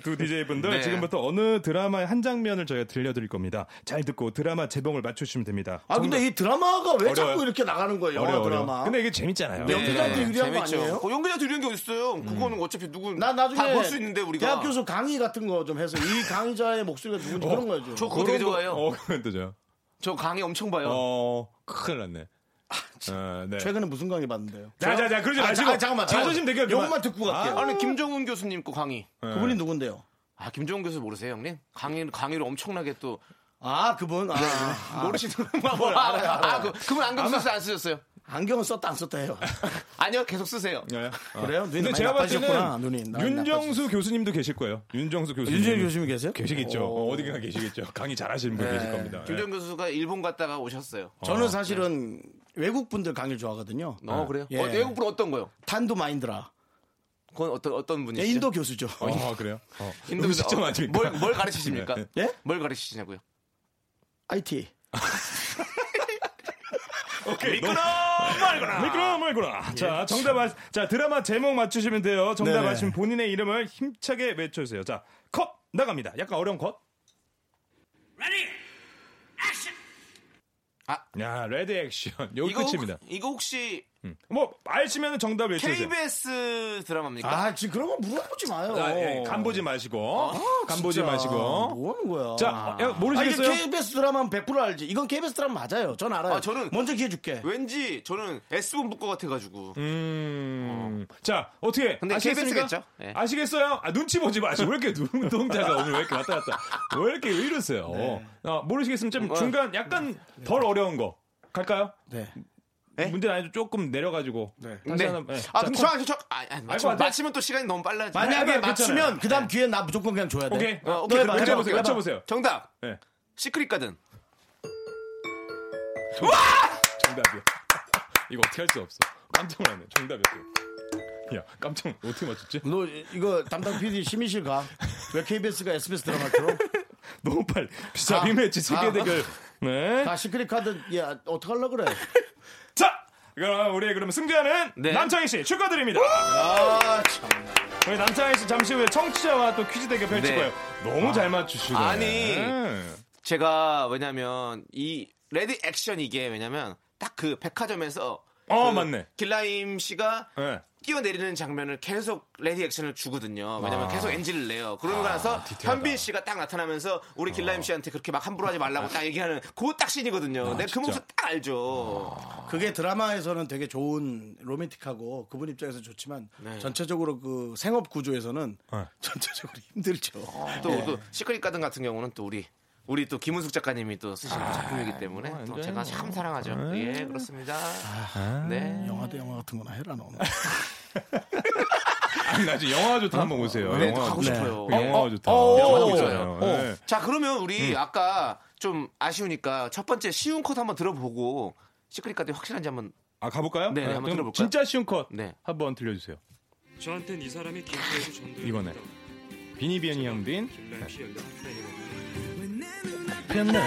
A: [LAUGHS]
I: 두 DJ분들
B: 네.
I: 지금부터 어느 드라마의 한 장면을 저희가 들려드릴 겁니다. 잘 듣고 드라마 제목을 맞추시면 됩니다.
A: 아 근데 이 드라마가 왜 자꾸
I: 어려워요.
A: 이렇게 나가는 거예요? 영화
I: 어려워, 어려워.
A: 드라마. 네.
I: 근데 이게 재밌잖아요.
B: 네.
A: 연기자한테 유리한 거 아니에요?
B: 어, 연기자한테 유리한 게 어딨어요? 그거는 어차피 누군
A: 나 나중에
B: 다볼 수 있는데 우리가.
A: 대학 교수 강의 같은 거 좀 해서 이 강의자의 목소리가 누군지 그런 거죠.
B: 저 그거 되게 좋아해요.
I: 어, 그건 또죠.
B: 저 강의 엄청 봐요.
I: 어, 큰일 났네. 어, 네.
A: 최근에 무슨 강의 봤는데요?
I: 자, 자, 자, 그러지
A: 아,
I: 마시고.
A: 자, 아, 잠깐만.
I: 자존심 대결 그만.
A: 영만 듣고 갈게요.
B: 아니 김정훈 교수님 거 강의.
I: 네.
A: 그분이 누군데요?
B: 아 김정훈 교수 모르세요 형님? 강의 강의를 엄청나게 또
A: 아 그분 아, [LAUGHS]
I: 네.
A: 아,
B: 모르시는 분만 뭐 알아요. 아, 그, 그분 안경 쓰셨어요? 안 쓰셨어요? [LAUGHS]
A: 안경은 썼다 안 썼다 해요.
B: 아니요 계속 쓰세요.
A: 예,
I: 네. 어.
A: 그래요? 눈이
I: 근데
A: 많이
I: 제가 봤을
A: 나빠지셨구나,
I: 때는
A: 눈이. 많이
I: 윤정수 교수님도 계실 거예요. 윤정수 교수님.
A: 윤재인 교수님 계세요?
I: 음. 계시겠죠.
A: 오.
I: 어, 어디가 계시겠죠. 강의 잘하시는 분 계실 겁니다. 네.
B: 김정훈 교수가 일본 갔다가 오셨어요.
A: 저는 사실은 외국 분들 강의를 좋아하거든요.
B: 어 그래요?
A: 예.
B: 어, 외국분 어떤 거요?
A: 탄도 마인드라.
B: 그건 어떤 어떤 분이시죠?
A: 예, 인도 교수죠. [LAUGHS]
I: 어, 그래요? 어.
B: 인도 교수.
I: 음식점
B: 어,
I: 아닙니까?
B: 뭘, 뭘 가르치십니까?
A: 예?
B: 뭘 가르치시냐고요?
A: IT.
I: 오케이.
B: 미끄러 말거나.
I: 미끄러 말거나. 자, 정답 아, 자, 드라마 제목 맞추시면 돼요. 정답
A: 네네.
I: 아시면 본인의 이름을 힘차게 외쳐 주세요. 자, 컷 나갑니다. 약간 어려운 컷. 레디 액션. 아, 야, 레디 액션. [LAUGHS] 여기
B: 이거 혹-
I: 끝입니다.
B: 이거 혹시
I: 음. 뭐 아시면 정답을 외쳐 주세요.
B: KBS 드라마입니까?
A: 아, 지금 그런 거 물어보지 마요. 아,
I: 아, 예, 간보지 마시고. 간보지
A: 진짜.
I: 마시고.
A: 뭐 하는 거야?
I: 자, 어, 야,
A: 아,
I: 모르시겠어요?
A: 이게 KBS 드라마는 100% 알지. 이건 KBS 드라마 맞아요. 전 알아요.
B: 아, 저는-
A: 먼저 기회 줄게.
B: 왠지 저는 S본부 거 같아가지고.
I: 음. 자, 어떻게?
B: 근데
I: 아시겠습니까?
B: KBS 겠죠? 네.
I: 아시겠어요? 아, 눈치 보지 마시고. 왜 이렇게 눈동자가 오늘 왜 이렇게 왔다 갔다. 왜 이렇게 이러세요? 아, 모르시겠으면
B: 뭐.
I: 좀 중간 약간
B: 네.
I: 덜 어려운 거. 갈까요?
A: 네.
I: 문제는 아니죠. 조금 내려가지고. 네.
B: 네. 아, 근데 저, 저, 저, 아, 아니, 맞추,
I: 맞아요.
B: 맞추면 또 시간이 너무 빨라지.
A: 만약에
I: 아니,
A: 맞추면
I: 괜찮아요. 네.
A: 그 다음 기회 나 무조건 그냥 줘야 돼.
I: 오케이.
B: 어,
A: 너
B: 오케이,
A: 해봐,
B: 그럼
A: 해봐,
B: 맞춰보세요.
A: 해봐.
I: 맞춰보세요.
B: 정답.
I: 네.
B: 시크릿 가든.
I: 정답이야. [LAUGHS] 이거 어떻게 할 수 없어. 깜짝 놀랐네. 정답이었어요. 야, 깜짝 어떻게 맞췄지? [LAUGHS]
A: 너 이거 담당 PD 심의실 가. 왜 KBS가 SBS 드라마 로
I: 너무 빨리. 비싸 리매치 세계
A: 아.
I: 대결. 네.
A: 나 시크릿 카드 야 어떡 하려 그래?
I: 자, 그럼 우리 그럼 승자는
B: 네.
I: 남창희 씨 축하드립니다.
A: 아 참.
I: 우리 남창희 씨 잠시 후에 청취자와 또 퀴즈 대결 펼칠
B: 네.
I: 거예요. 너무 잘 맞추시고.
B: 아니.
I: 네.
B: 제가 왜냐면 이 레디 액션 이게 왜냐면 딱 그 백화점에서
I: 어,
B: 그
I: 맞네.
B: 길라임 씨가
I: 네.
B: 뛰어내리는 장면을 계속 레디 액션을 주거든요. 왜냐면 계속 엔진을 내요. 그러고 나서 현빈 씨가 딱 나타나면서 우리 길라임 씨한테 그렇게 막 함부로 하지 말라고 딱 얘기하는 그 딱 씬이거든요. 내가 그 모습 딱 알죠.
A: 그게 드라마에서는 되게 좋은 로맨틱하고 그분 입장에서 좋지만 전체적으로 그 생업 구조에서는
I: 네. 아.
A: 전체적으로 힘들죠.
B: 또, 또 시크릿 가든 같은 경우는 또 우리 우리 또 김은숙 작가님이 또 쓰신 또 작품이기 때문에 또 제가 참 사랑하죠. 예, 그렇습니다. 네.
A: 영화 대 영화 같은 거나 해라 너는.
I: 아니, 나 지금 영화 좋다 한번 오세요.
B: 네,
I: 영화
B: 가고
I: 좋다.
B: 싶어요.
I: 그 영화 좋다.
B: 어,
I: 영화
B: 어,
I: 좋아요.
B: 어.
I: 네.
B: 자, 그러면 우리 아까 좀 아쉬우니까 첫 번째 쉬운 컷 한번 들어보고 시크릿 가든 확실한지 한번
I: 아, 가볼까요?
B: 네, 한번
I: 그럼
B: 들어볼까요?
I: 진짜 쉬운 컷.
B: 네.
I: 한번 들려주세요.
D: 저한텐 이 사람이 김태우 전도연
I: 이거네. 비니비니 네. 형빈.
D: 라임 씨 연락 팬이거든요.
B: 네,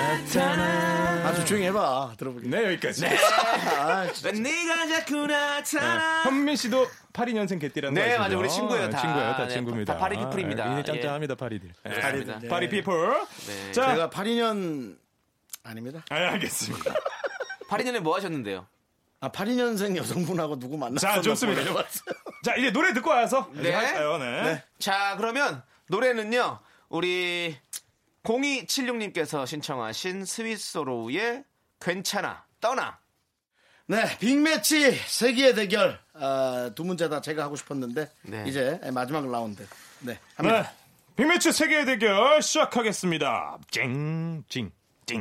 A: 아주 조용히 해봐 들어보게.
I: 네, 여기까지.
A: 아,
B: 왜 네가 자꾸 나타나
I: 현민 씨도 82년생 개띠라는
B: 네,
I: 거 아시죠?
B: 맞아요. 우리 친구예요, 다.
I: 친구예요, 다
B: 네,
I: 친구입니다.
B: 다 파리 피플입니다. 예.
I: 아, 굉장히 짱짱합니다, 파리들. 네.
B: 그렇습니다.
A: 네.
I: 파리 피플.
B: 네.
I: 자,
A: 제가 82년 아닙니다.
I: 아, 알겠습니다.
B: 82년에 뭐 하셨는데요?
A: 아 82년생 여성분하고 누구 만났어?
I: 자, 좋습니다. 자, 이제 노래 듣고 와서
B: 네.
I: 네. 할까요? 네.
B: 자, 그러면 노래는요. 우리 0276님께서 신청하신 스위스로우의 괜찮아 떠나
A: [LAUGHS] 네, 빅매치 세기의 대결 아, 두 문제 다 제가 하고 싶었는데
B: 네.
A: 이제 마지막 라운드. 네, 합니다.
I: 네. 빅매치 세계 대결 시작하겠습니다. 찡, 찡, 찡.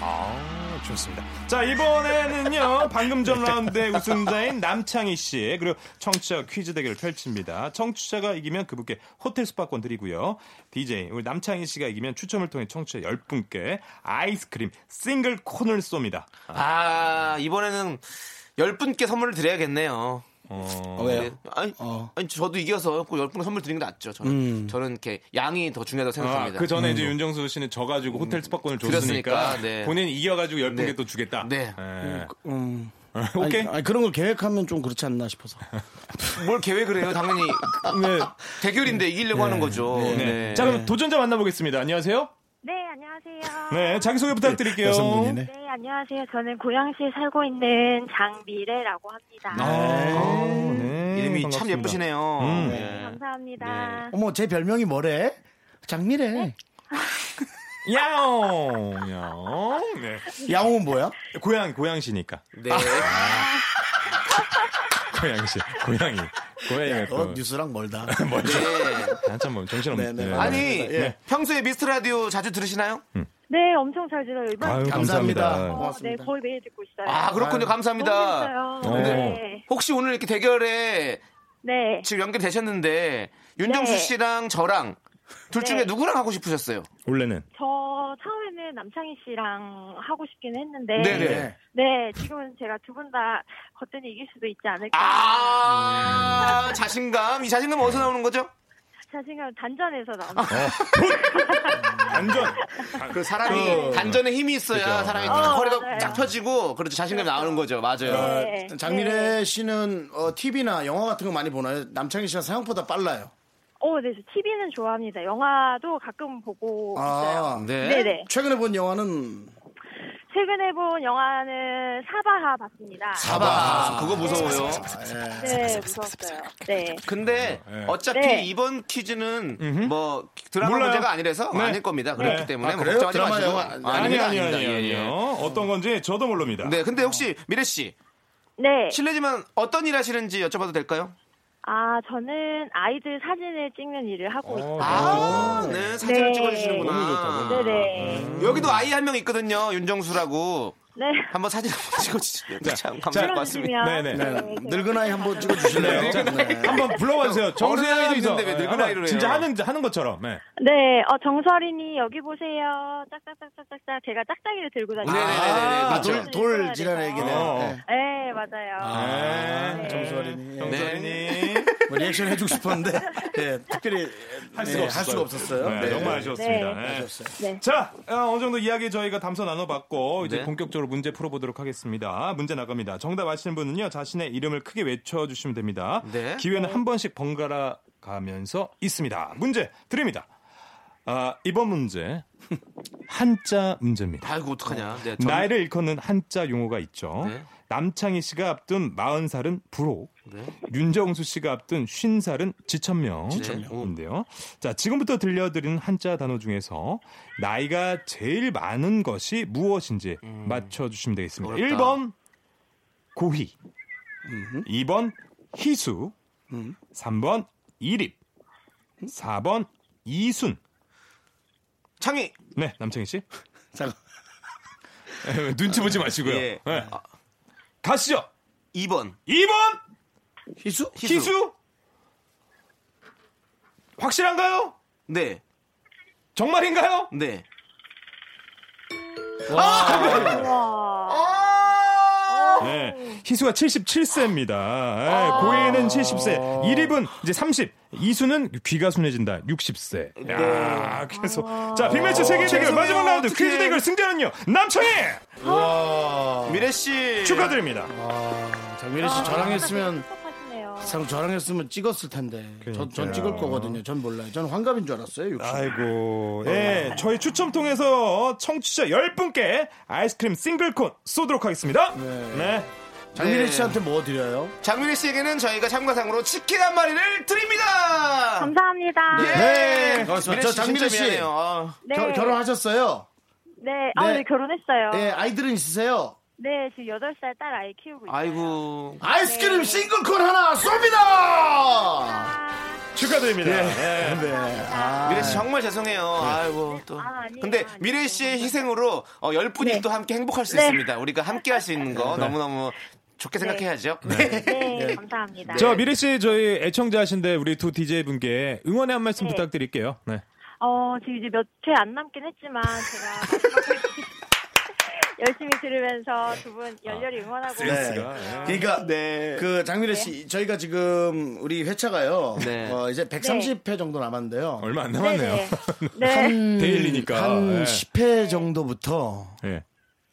I: 아, 좋습니다. 자, 이번에는요, 방금 전 라운드의 우승자인 남창희 씨, 그리고 청취자 퀴즈 대결을 펼칩니다. 청취자가 이기면 그분께 호텔 스파권 드리고요. DJ, 우리 남창희 씨가 이기면 추첨을 통해 청취자 10분께 아이스크림 싱글 콘을 쏩니다.
B: 아, 이번에는 10분께 선물을 드려야겠네요.
I: 어, 음.
B: 네. 아니, 아니, 저도 이겨서 꼭 10분 선물 드리는 게 낫죠. 저는, 저는 이렇게 양이 더 중요하다고 생각합니다.
I: 그 전에 이제 윤정수 씨는 져가지고 호텔 스파권을 줬으니까,
B: 드렸으니까, 네.
I: 본인이 이겨가지고 10분께
B: 네.
I: 또 주겠다.
B: 네.
I: 예.
A: 음,
I: 오케이.
A: 아니, 아니, 그런 걸 계획하면 좀 그렇지 않나 싶어서.
B: 뭘 계획을 해요?
I: [LAUGHS]
B: 당연히
I: 네.
B: 대결인데 이기려고 하는 거죠.
I: 네. 자, 그럼 도전자 만나보겠습니다. 안녕하세요.
E: 네, 안녕하세요.
I: 네, 자기소개 부탁드릴게요.
A: 여성분이네.
E: 네, 안녕하세요. 저는 고양시에 살고 있는 장미래라고 합니다.
B: 네.
I: 아, 네,
B: 음, 이름이 참
I: 반갑습니다.
B: 예쁘시네요.
I: 음.
E: 네,
B: 네.
E: 감사합니다.
A: 어머, 제 별명이 뭐래? 장미래.
I: 야옹, 야옹. 네.
A: 야옹은 뭐야?
I: 고양, 고양시니까.
B: 네.
I: 고양시, 고양이. 고양이.
A: 어, 뉴스랑 멀다.
B: 네.
I: 한참 뭐
A: 네,
I: 정신없네.
A: 네,
I: 네.
B: 아니,
A: 예.
B: 평소에 미스트 라디오 자주 들으시나요?
E: 네, 엄청 잘 들어요. 이번
I: 아유,
A: 감사합니다.
E: 어,
I: 감사합니다.
E: 네,
A: 고맙습니다.
E: 거의 매일 듣고 있어요.
B: 아, 그렇군요. 감사합니다.
E: 너무
I: 어.
E: 재밌어요. 네.
B: 혹시 오늘 이렇게 대결에
E: 네.
B: 지금 연결되셨는데, 윤정수
E: 네.
B: 씨랑 저랑 둘 중에
E: 네.
B: 누구랑 하고 싶으셨어요?
I: 원래는.
E: 저 처음에는 남창희 씨랑 하고 싶긴 했는데
B: 네네.
E: 네, 지금은 제가 두 분 다 거뜬히 이길 수도 있지 않을까
I: 네.
B: 아, 자신감. 이 자신감 어디서 나오는 거죠?
M: 자신감 단전에서 나온 거.
B: 어?
I: 단전.
B: 그 사람이
M: 그-
B: 단전에 힘이 있어야
A: 그죠.
B: 사람이
A: 어,
B: 딱 허리가
A: 맞아요.
B: 쫙 펴지고 그래도 자신감이 나오는 거죠. 맞아요.
M: 네.
A: 어, 장미래 씨는 어, TV나 영화 같은 거 많이 보나요? 남창희 씨가 생각보다 빨라요.
M: 어, 네, 저 TV는 좋아합니다. 영화도 가끔 보고 있어요. 네
A: 최근에 본 영화는
M: 최근에 본 영화는 사바하 봤습니다.
B: 사바. 그거 무서워요.
A: 아, 예.
M: 네, 무서웠어요. 네.
B: 근데 어차피
M: 네.
B: 이번 퀴즈는 뭐 드라마
I: 몰라요.
B: 문제가 아니라서
I: 네.
B: 아닐 겁니다. 그렇기
I: 네.
B: 때문에
I: 아,
B: 뭐
I: 그래요?
B: 걱정하지
I: 드라마요?
B: 마시고
I: 아니, 아니,
B: 아닙니다.
I: 아니,
B: 예,
I: 아니요.
B: 예.
I: 어떤 건지 저도 모릅니다.
B: 네, 근데 혹시 미래 씨
M: 네.
B: 실례지만 어떤 일 하시는지 여쭤봐도 될까요?
M: 아, 저는 아이들 사진을 찍는 일을 하고
I: 네.
M: 있어요.
B: 아, 네, 사진을 찍어주시는구나. 음.
M: 네네.
B: 여기도 아이 한 명 있거든요, 윤정수라고.
M: 네.
B: 한번 사진 한번 [LAUGHS] 찍어주시면 참
A: 자,
B: 감사할 것 같습니다.
A: 찍어주시면 네, 늙은 아이 한번 찍어주실래요?
I: 네.
A: 네.
I: 한번 불러봐 주세요. 정수희
B: 어른
I: 아이도 있어.
B: 아이인데 왜 늙은
I: 아마
B: 아이로 해요?
I: 진짜 하는 하는 것처럼. 네.
M: 네, 어, 정설이니 여기 보세요. 짝짝짝짝짝짝. 제가 짝짝이를 들고
I: 네.
M: 다니고.
A: 아,
B: 그렇죠.
A: 돌, 돌 지랄
I: 어,
A: 얘기네요. 네.
M: 네, 맞아요.
A: 아, 정수아리님.
I: 네.
B: 네.
I: 정수아리님.
A: 뭐 리액션 해주고 싶었는데,
M: [LAUGHS]
A: 예, 특별히
I: 할
A: 네,
I: 수가 없었어요.
A: 할 수가 없었어요.
I: 네,
A: 네.
I: 정말 아쉬웠습니다.
A: 네.
I: 네.
A: 아쉬웠어요.
I: 자, 어, 어느 정도 이야기 저희가 담소 나눠봤고 이제
A: 네.
I: 본격적으로 문제 풀어보도록 하겠습니다. 문제 나갑니다. 정답 아시는 분은요 자신의 이름을 크게 외쳐주시면 됩니다. 기회는 한 번씩 번갈아 가면서 있습니다. 문제 드립니다. 아, 이번 문제 [LAUGHS] 한자 문제입니다.
B: 아이고 어떡하냐. 네, 전-
I: 나이를 일컫는 한자 용어가 있죠. 남창희 씨가 앞둔 40살은 불호,
B: 네.
I: 윤정수 씨가 앞둔 50살은 지천명인데요. 자, 지금부터 들려드리는 한자 단어 중에서 나이가 제일 많은 것이 무엇인지 맞춰주시면 되겠습니다. 음.
B: 어렵다.
I: 1번 고희, 2번 희수, 음. 3번 이립, 음. 4번 이순.
B: 창희.
I: 네, 남창희 씨. [LAUGHS] 잠깐. 눈치 보지 마시고요.
B: 예.
I: 네. 가시죠.
B: 2번.
I: 2번.
A: 희수?
I: 희수. 확실한가요?
B: 네.
I: 정말인가요?
B: 네.
I: 네. 희수가 77세입니다. 고해는 70세, 이립은 이제 30, 이수는 귀가 순해진다 60세. 야, 계속. 자, 빅매치 세계 대결
B: 죄송해요.
I: 마지막 라운드
B: 어떡해.
I: 퀴즈 대결 승자는요. 남창희!
A: 어.
B: 미래 씨
I: 축하드립니다.
A: 장미래
M: 아,
A: 씨 저랑 했으면
M: 섭섭하시네요.
A: 참 저랑 했으면 찍었을 텐데 전, 전 찍을 거거든요. 전 몰라요. 전 환갑인 줄 알았어요. 육십.
I: 아, 아이고. 예, 저희 추첨 통해서 청취자 10분께 아이스크림 싱글콘 쏘도록 하겠습니다. 네.
A: 장미래 씨한테 뭐 드려요?
B: 장미래 씨에게는 저희가 참가상으로 치킨 한 마리를 드립니다.
M: 감사합니다.
A: 네.
B: 예.
A: 저,
B: 미래
A: 저
B: 씨
A: 장미래
B: 진짜
A: 씨
B: 미안해요. 아.
M: 네.
A: 결- 결혼하셨어요?
M: 네, 아,
A: 네.
M: 네, 결혼했어요.
A: 네,
M: 네.
A: 아이들은 있으세요?
M: 지금 8살 딸 아이 키우고 있어요.
B: 아이고.
A: 아이스크림
M: 네.
A: 싱글콘 하나 쏩니다. 네.
I: 축하드립니다.
M: 네.
I: 예.
B: 미래 씨 정말 죄송해요. 아이고 또. 근데 미래 씨의 희생으로 어, 10분이 또 함께 행복할 수
M: 네.
B: 있습니다. 우리가 함께 할 수 있는 거 너무너무 좋게 생각해야죠.
M: 네, 감사합니다.
I: 저 미래 씨 저희 애청자신데 우리 두 DJ 분께 응원의 한 말씀
M: 네.
I: 부탁드릴게요. 네.
M: 어, 지금 이제 몇 회 안 남긴 했지만 제가 [LAUGHS] 열심히 들으면서 두 분 열렬히 응원하고
A: 그러니까
I: 네.
B: 네.
A: 그 장미래 씨
M: 네.
A: 저희가 지금 우리 회차가요.
I: 네.
A: 어, 이제 130회 정도 남았는데요.
I: 얼마 안 남았네요.
A: 한
I: 데일리니까.
A: 한
I: 예.
A: 10회 정도부터
I: [LAUGHS] 예.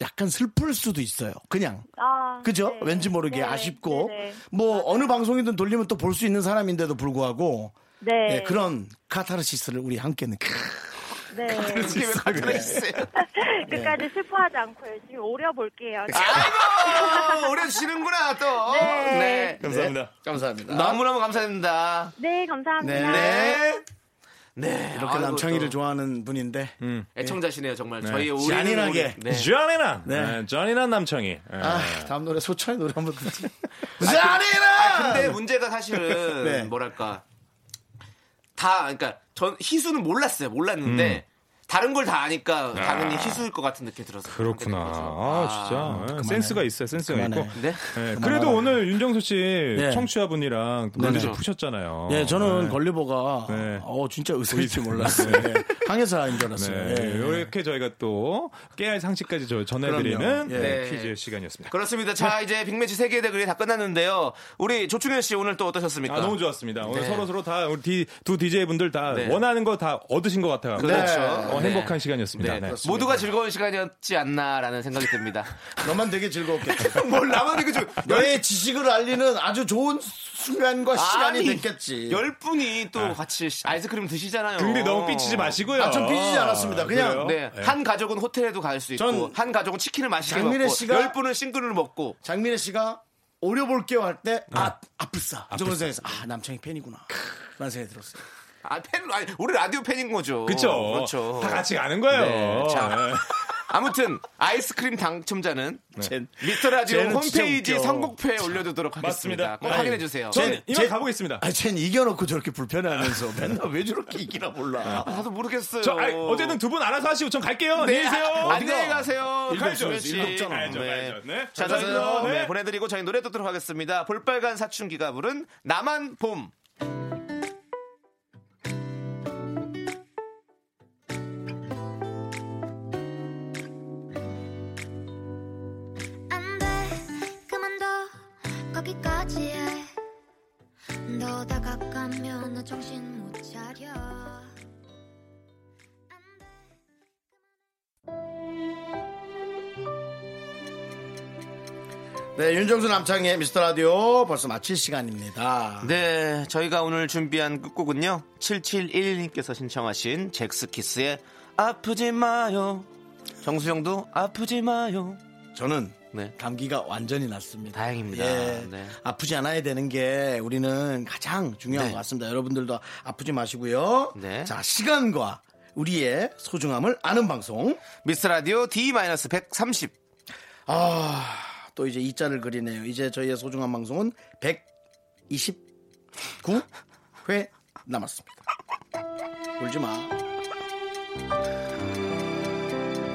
A: 약간 슬플 수도 있어요. 그냥.
M: 아,
A: 그죠?
M: 네.
A: 왠지 모르게
M: 네,
A: 아쉽고
M: 네, 네.
A: 뭐 어느 방송이든 돌리면 또 볼 수 있는 사람인데도 불구하고
M: 네.
A: 예, 그런 카타르시스를 우리 함께 느끼.
M: 네. 끝까지 슬퍼하지 않고 열심히 오려볼게요.
B: 아이고 오래 주시는구나 또. 네.
I: 감사합니다.
A: 예, 감사합니다.
B: 너무너무 감사합니다.
M: 네, 감사합니다.
B: 네.
A: 이렇게
B: 아이고,
A: 남창희를
B: 또.
A: 좋아하는 분인데
B: 애청자시네요 정말.
I: 네.
B: 저희 우리
A: 잔인하게.
B: 네.
I: 쟈니난. 네. 쟈니난 남창희.
A: 아, 다음 노래 소찬이 노래 한번 듣지.
B: 아,
A: 잔인한.
I: 네.
B: 근데 문제가
I: [LAUGHS]
B: 사실은
A: 네.
B: 뭐랄까 다 그러니까 전 희수는 몰랐어요.
I: 음.
B: 몰랐는데 다른 걸 다 아니까 당연히 희수일 것 같은 느낌 이 들어서
I: 그렇구나. 아, 진짜. 예, 센스가 있어요. 센스가
A: 그만해.
I: 있고.
B: 네?
I: 예, 그래도 오늘 윤정수 씨
A: 네.
I: 청취자분이랑 또
A: 네.
I: 문제 좀 푸셨잖아요.
A: 예, 저는
I: 예.
A: 걸리버가
I: 네.
A: 어 진짜 의사일지
I: 의사.
A: 몰랐어요.
I: 네.
A: 예. 강혜사인 줄 알았어요.
I: 네,
A: 예.
I: 이렇게 저희가 또 깨알 상식까지 저
B: 그럼요.
I: 전해드리는 네,
B: 예.
I: 퀴즈 시간이었습니다.
B: 그렇습니다. 자,
I: 네.
B: 이제 빅매치 세계 대결이 다 끝났는데요. 우리 조충현 씨 오늘 또 어떠셨습니까?
I: 아, 너무 좋았습니다. 오늘
B: 네.
I: 서로 서로 다 우리 디, 두 DJ 분들 다
B: 네.
I: 원하는 거 다 얻으신 것 같아요.
B: 그렇죠.
I: 어,
B: 네.
I: 행복한 시간이었습니다.
B: 네,
I: 네.
B: 그렇습니다. 모두가 즐거운 시간이었지 않나라는 생각이
I: [LAUGHS]
B: 듭니다.
A: 너만 되게 즐거웠겠다.
B: 뭘 나만 되게 즐
A: 너의 지식을 알리는 아주 좋은 순간과 시간이 됐겠지.
B: 열분이 또 같이 아이스크림 드시잖아요.
I: 네. 근데 너무 삐치지 마시고요.
A: 아, 전 삐지지 않았습니다.
I: 어?
A: 그냥
B: 네.
A: 네.
B: 한 가족은 호텔에도 갈 수 있고
A: 전
B: 한 가족은 치킨을 맛있게
A: 장민혜
B: 먹고
A: 씨가-
B: 열 분은 싱글을 먹고
A: 장민혜 씨가 오려 볼게요 할 때 아, 아프싸. 저런 생각에서 아, 남창이 팬이구나. 그런 생각이 들었어요.
B: 아, 팬, 아니, 우리 라디오 팬인 거죠.
I: 그쵸.
B: 그렇죠.
I: 다 같이 가는 거예요. 네. 네.
B: 자, 아무튼 아이스크림 당첨자는
A: 쟨.
B: 미스터 라디오
A: 쟤는 진짜
B: 홈페이지
A: 웃겨.
B: 선곡표에 올려두도록 하겠습니다.
I: 맞습니다.
B: 꼭
I: 네.
B: 확인해 주세요.
I: 전 이만 가보겠습니다.
A: 아, 쟨 이겨놓고 저렇게 불편해하면서 맨날 왜 저렇게 이기나 몰라.
B: 나도 모르겠어요.
I: 저, 아이, 어쨌든 두 분 알아서 하시고 전 갈게요.
B: 네,
I: 안녕히 계세요.
B: 아, 안녕히 가세요.
I: 일곱
B: 가야죠,
I: 줄,
B: 그렇지.
I: 일곱 줄. 가야죠,
B: 네.
I: 가야죠. 네.
B: 자,
I: 가세요.
B: 저희는
I: 네.
B: 네, 보내드리고 저희 노래 듣도록 하겠습니다. 볼빨간 사춘기가 부른 나만 봄.
L: 안돼 그만둬 거기까지야 너 다가가면 나 정신 못 차려
A: 네, 윤정수 남창의 미스터 라디오 벌써 마칠 시간입니다.
B: 네, 저희가 오늘 준비한 끝곡은요. 7711님께서 신청하신 잭스키스의 아프지 마요. 정수영도 아프지 마요.
A: 저는
B: 네.
A: 감기가 완전히 났습니다.
B: 다행입니다.
A: 예,
B: 네.
A: 아프지 않아야 되는 게 우리는 가장 중요한
B: 네.
A: 것 같습니다. 여러분들도 아프지 마시고요.
B: 네.
A: 자, 시간과 우리의 소중함을 아는 방송.
B: 미스 라디오 D-130.
A: 아, 또 이제 이자를 그리네요. 이제 저희의 소중한 방송은 129회 남았습니다. 울지 마.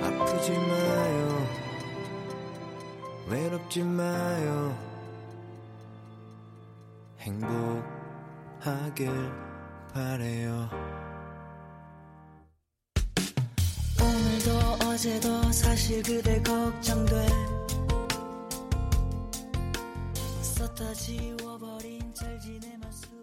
F: 아프지 마요 외롭지 마요 행복하길 바래요
N: 오늘도 어제도 사실 그대 걱정돼 썼다 지워버린 잘 지내만 수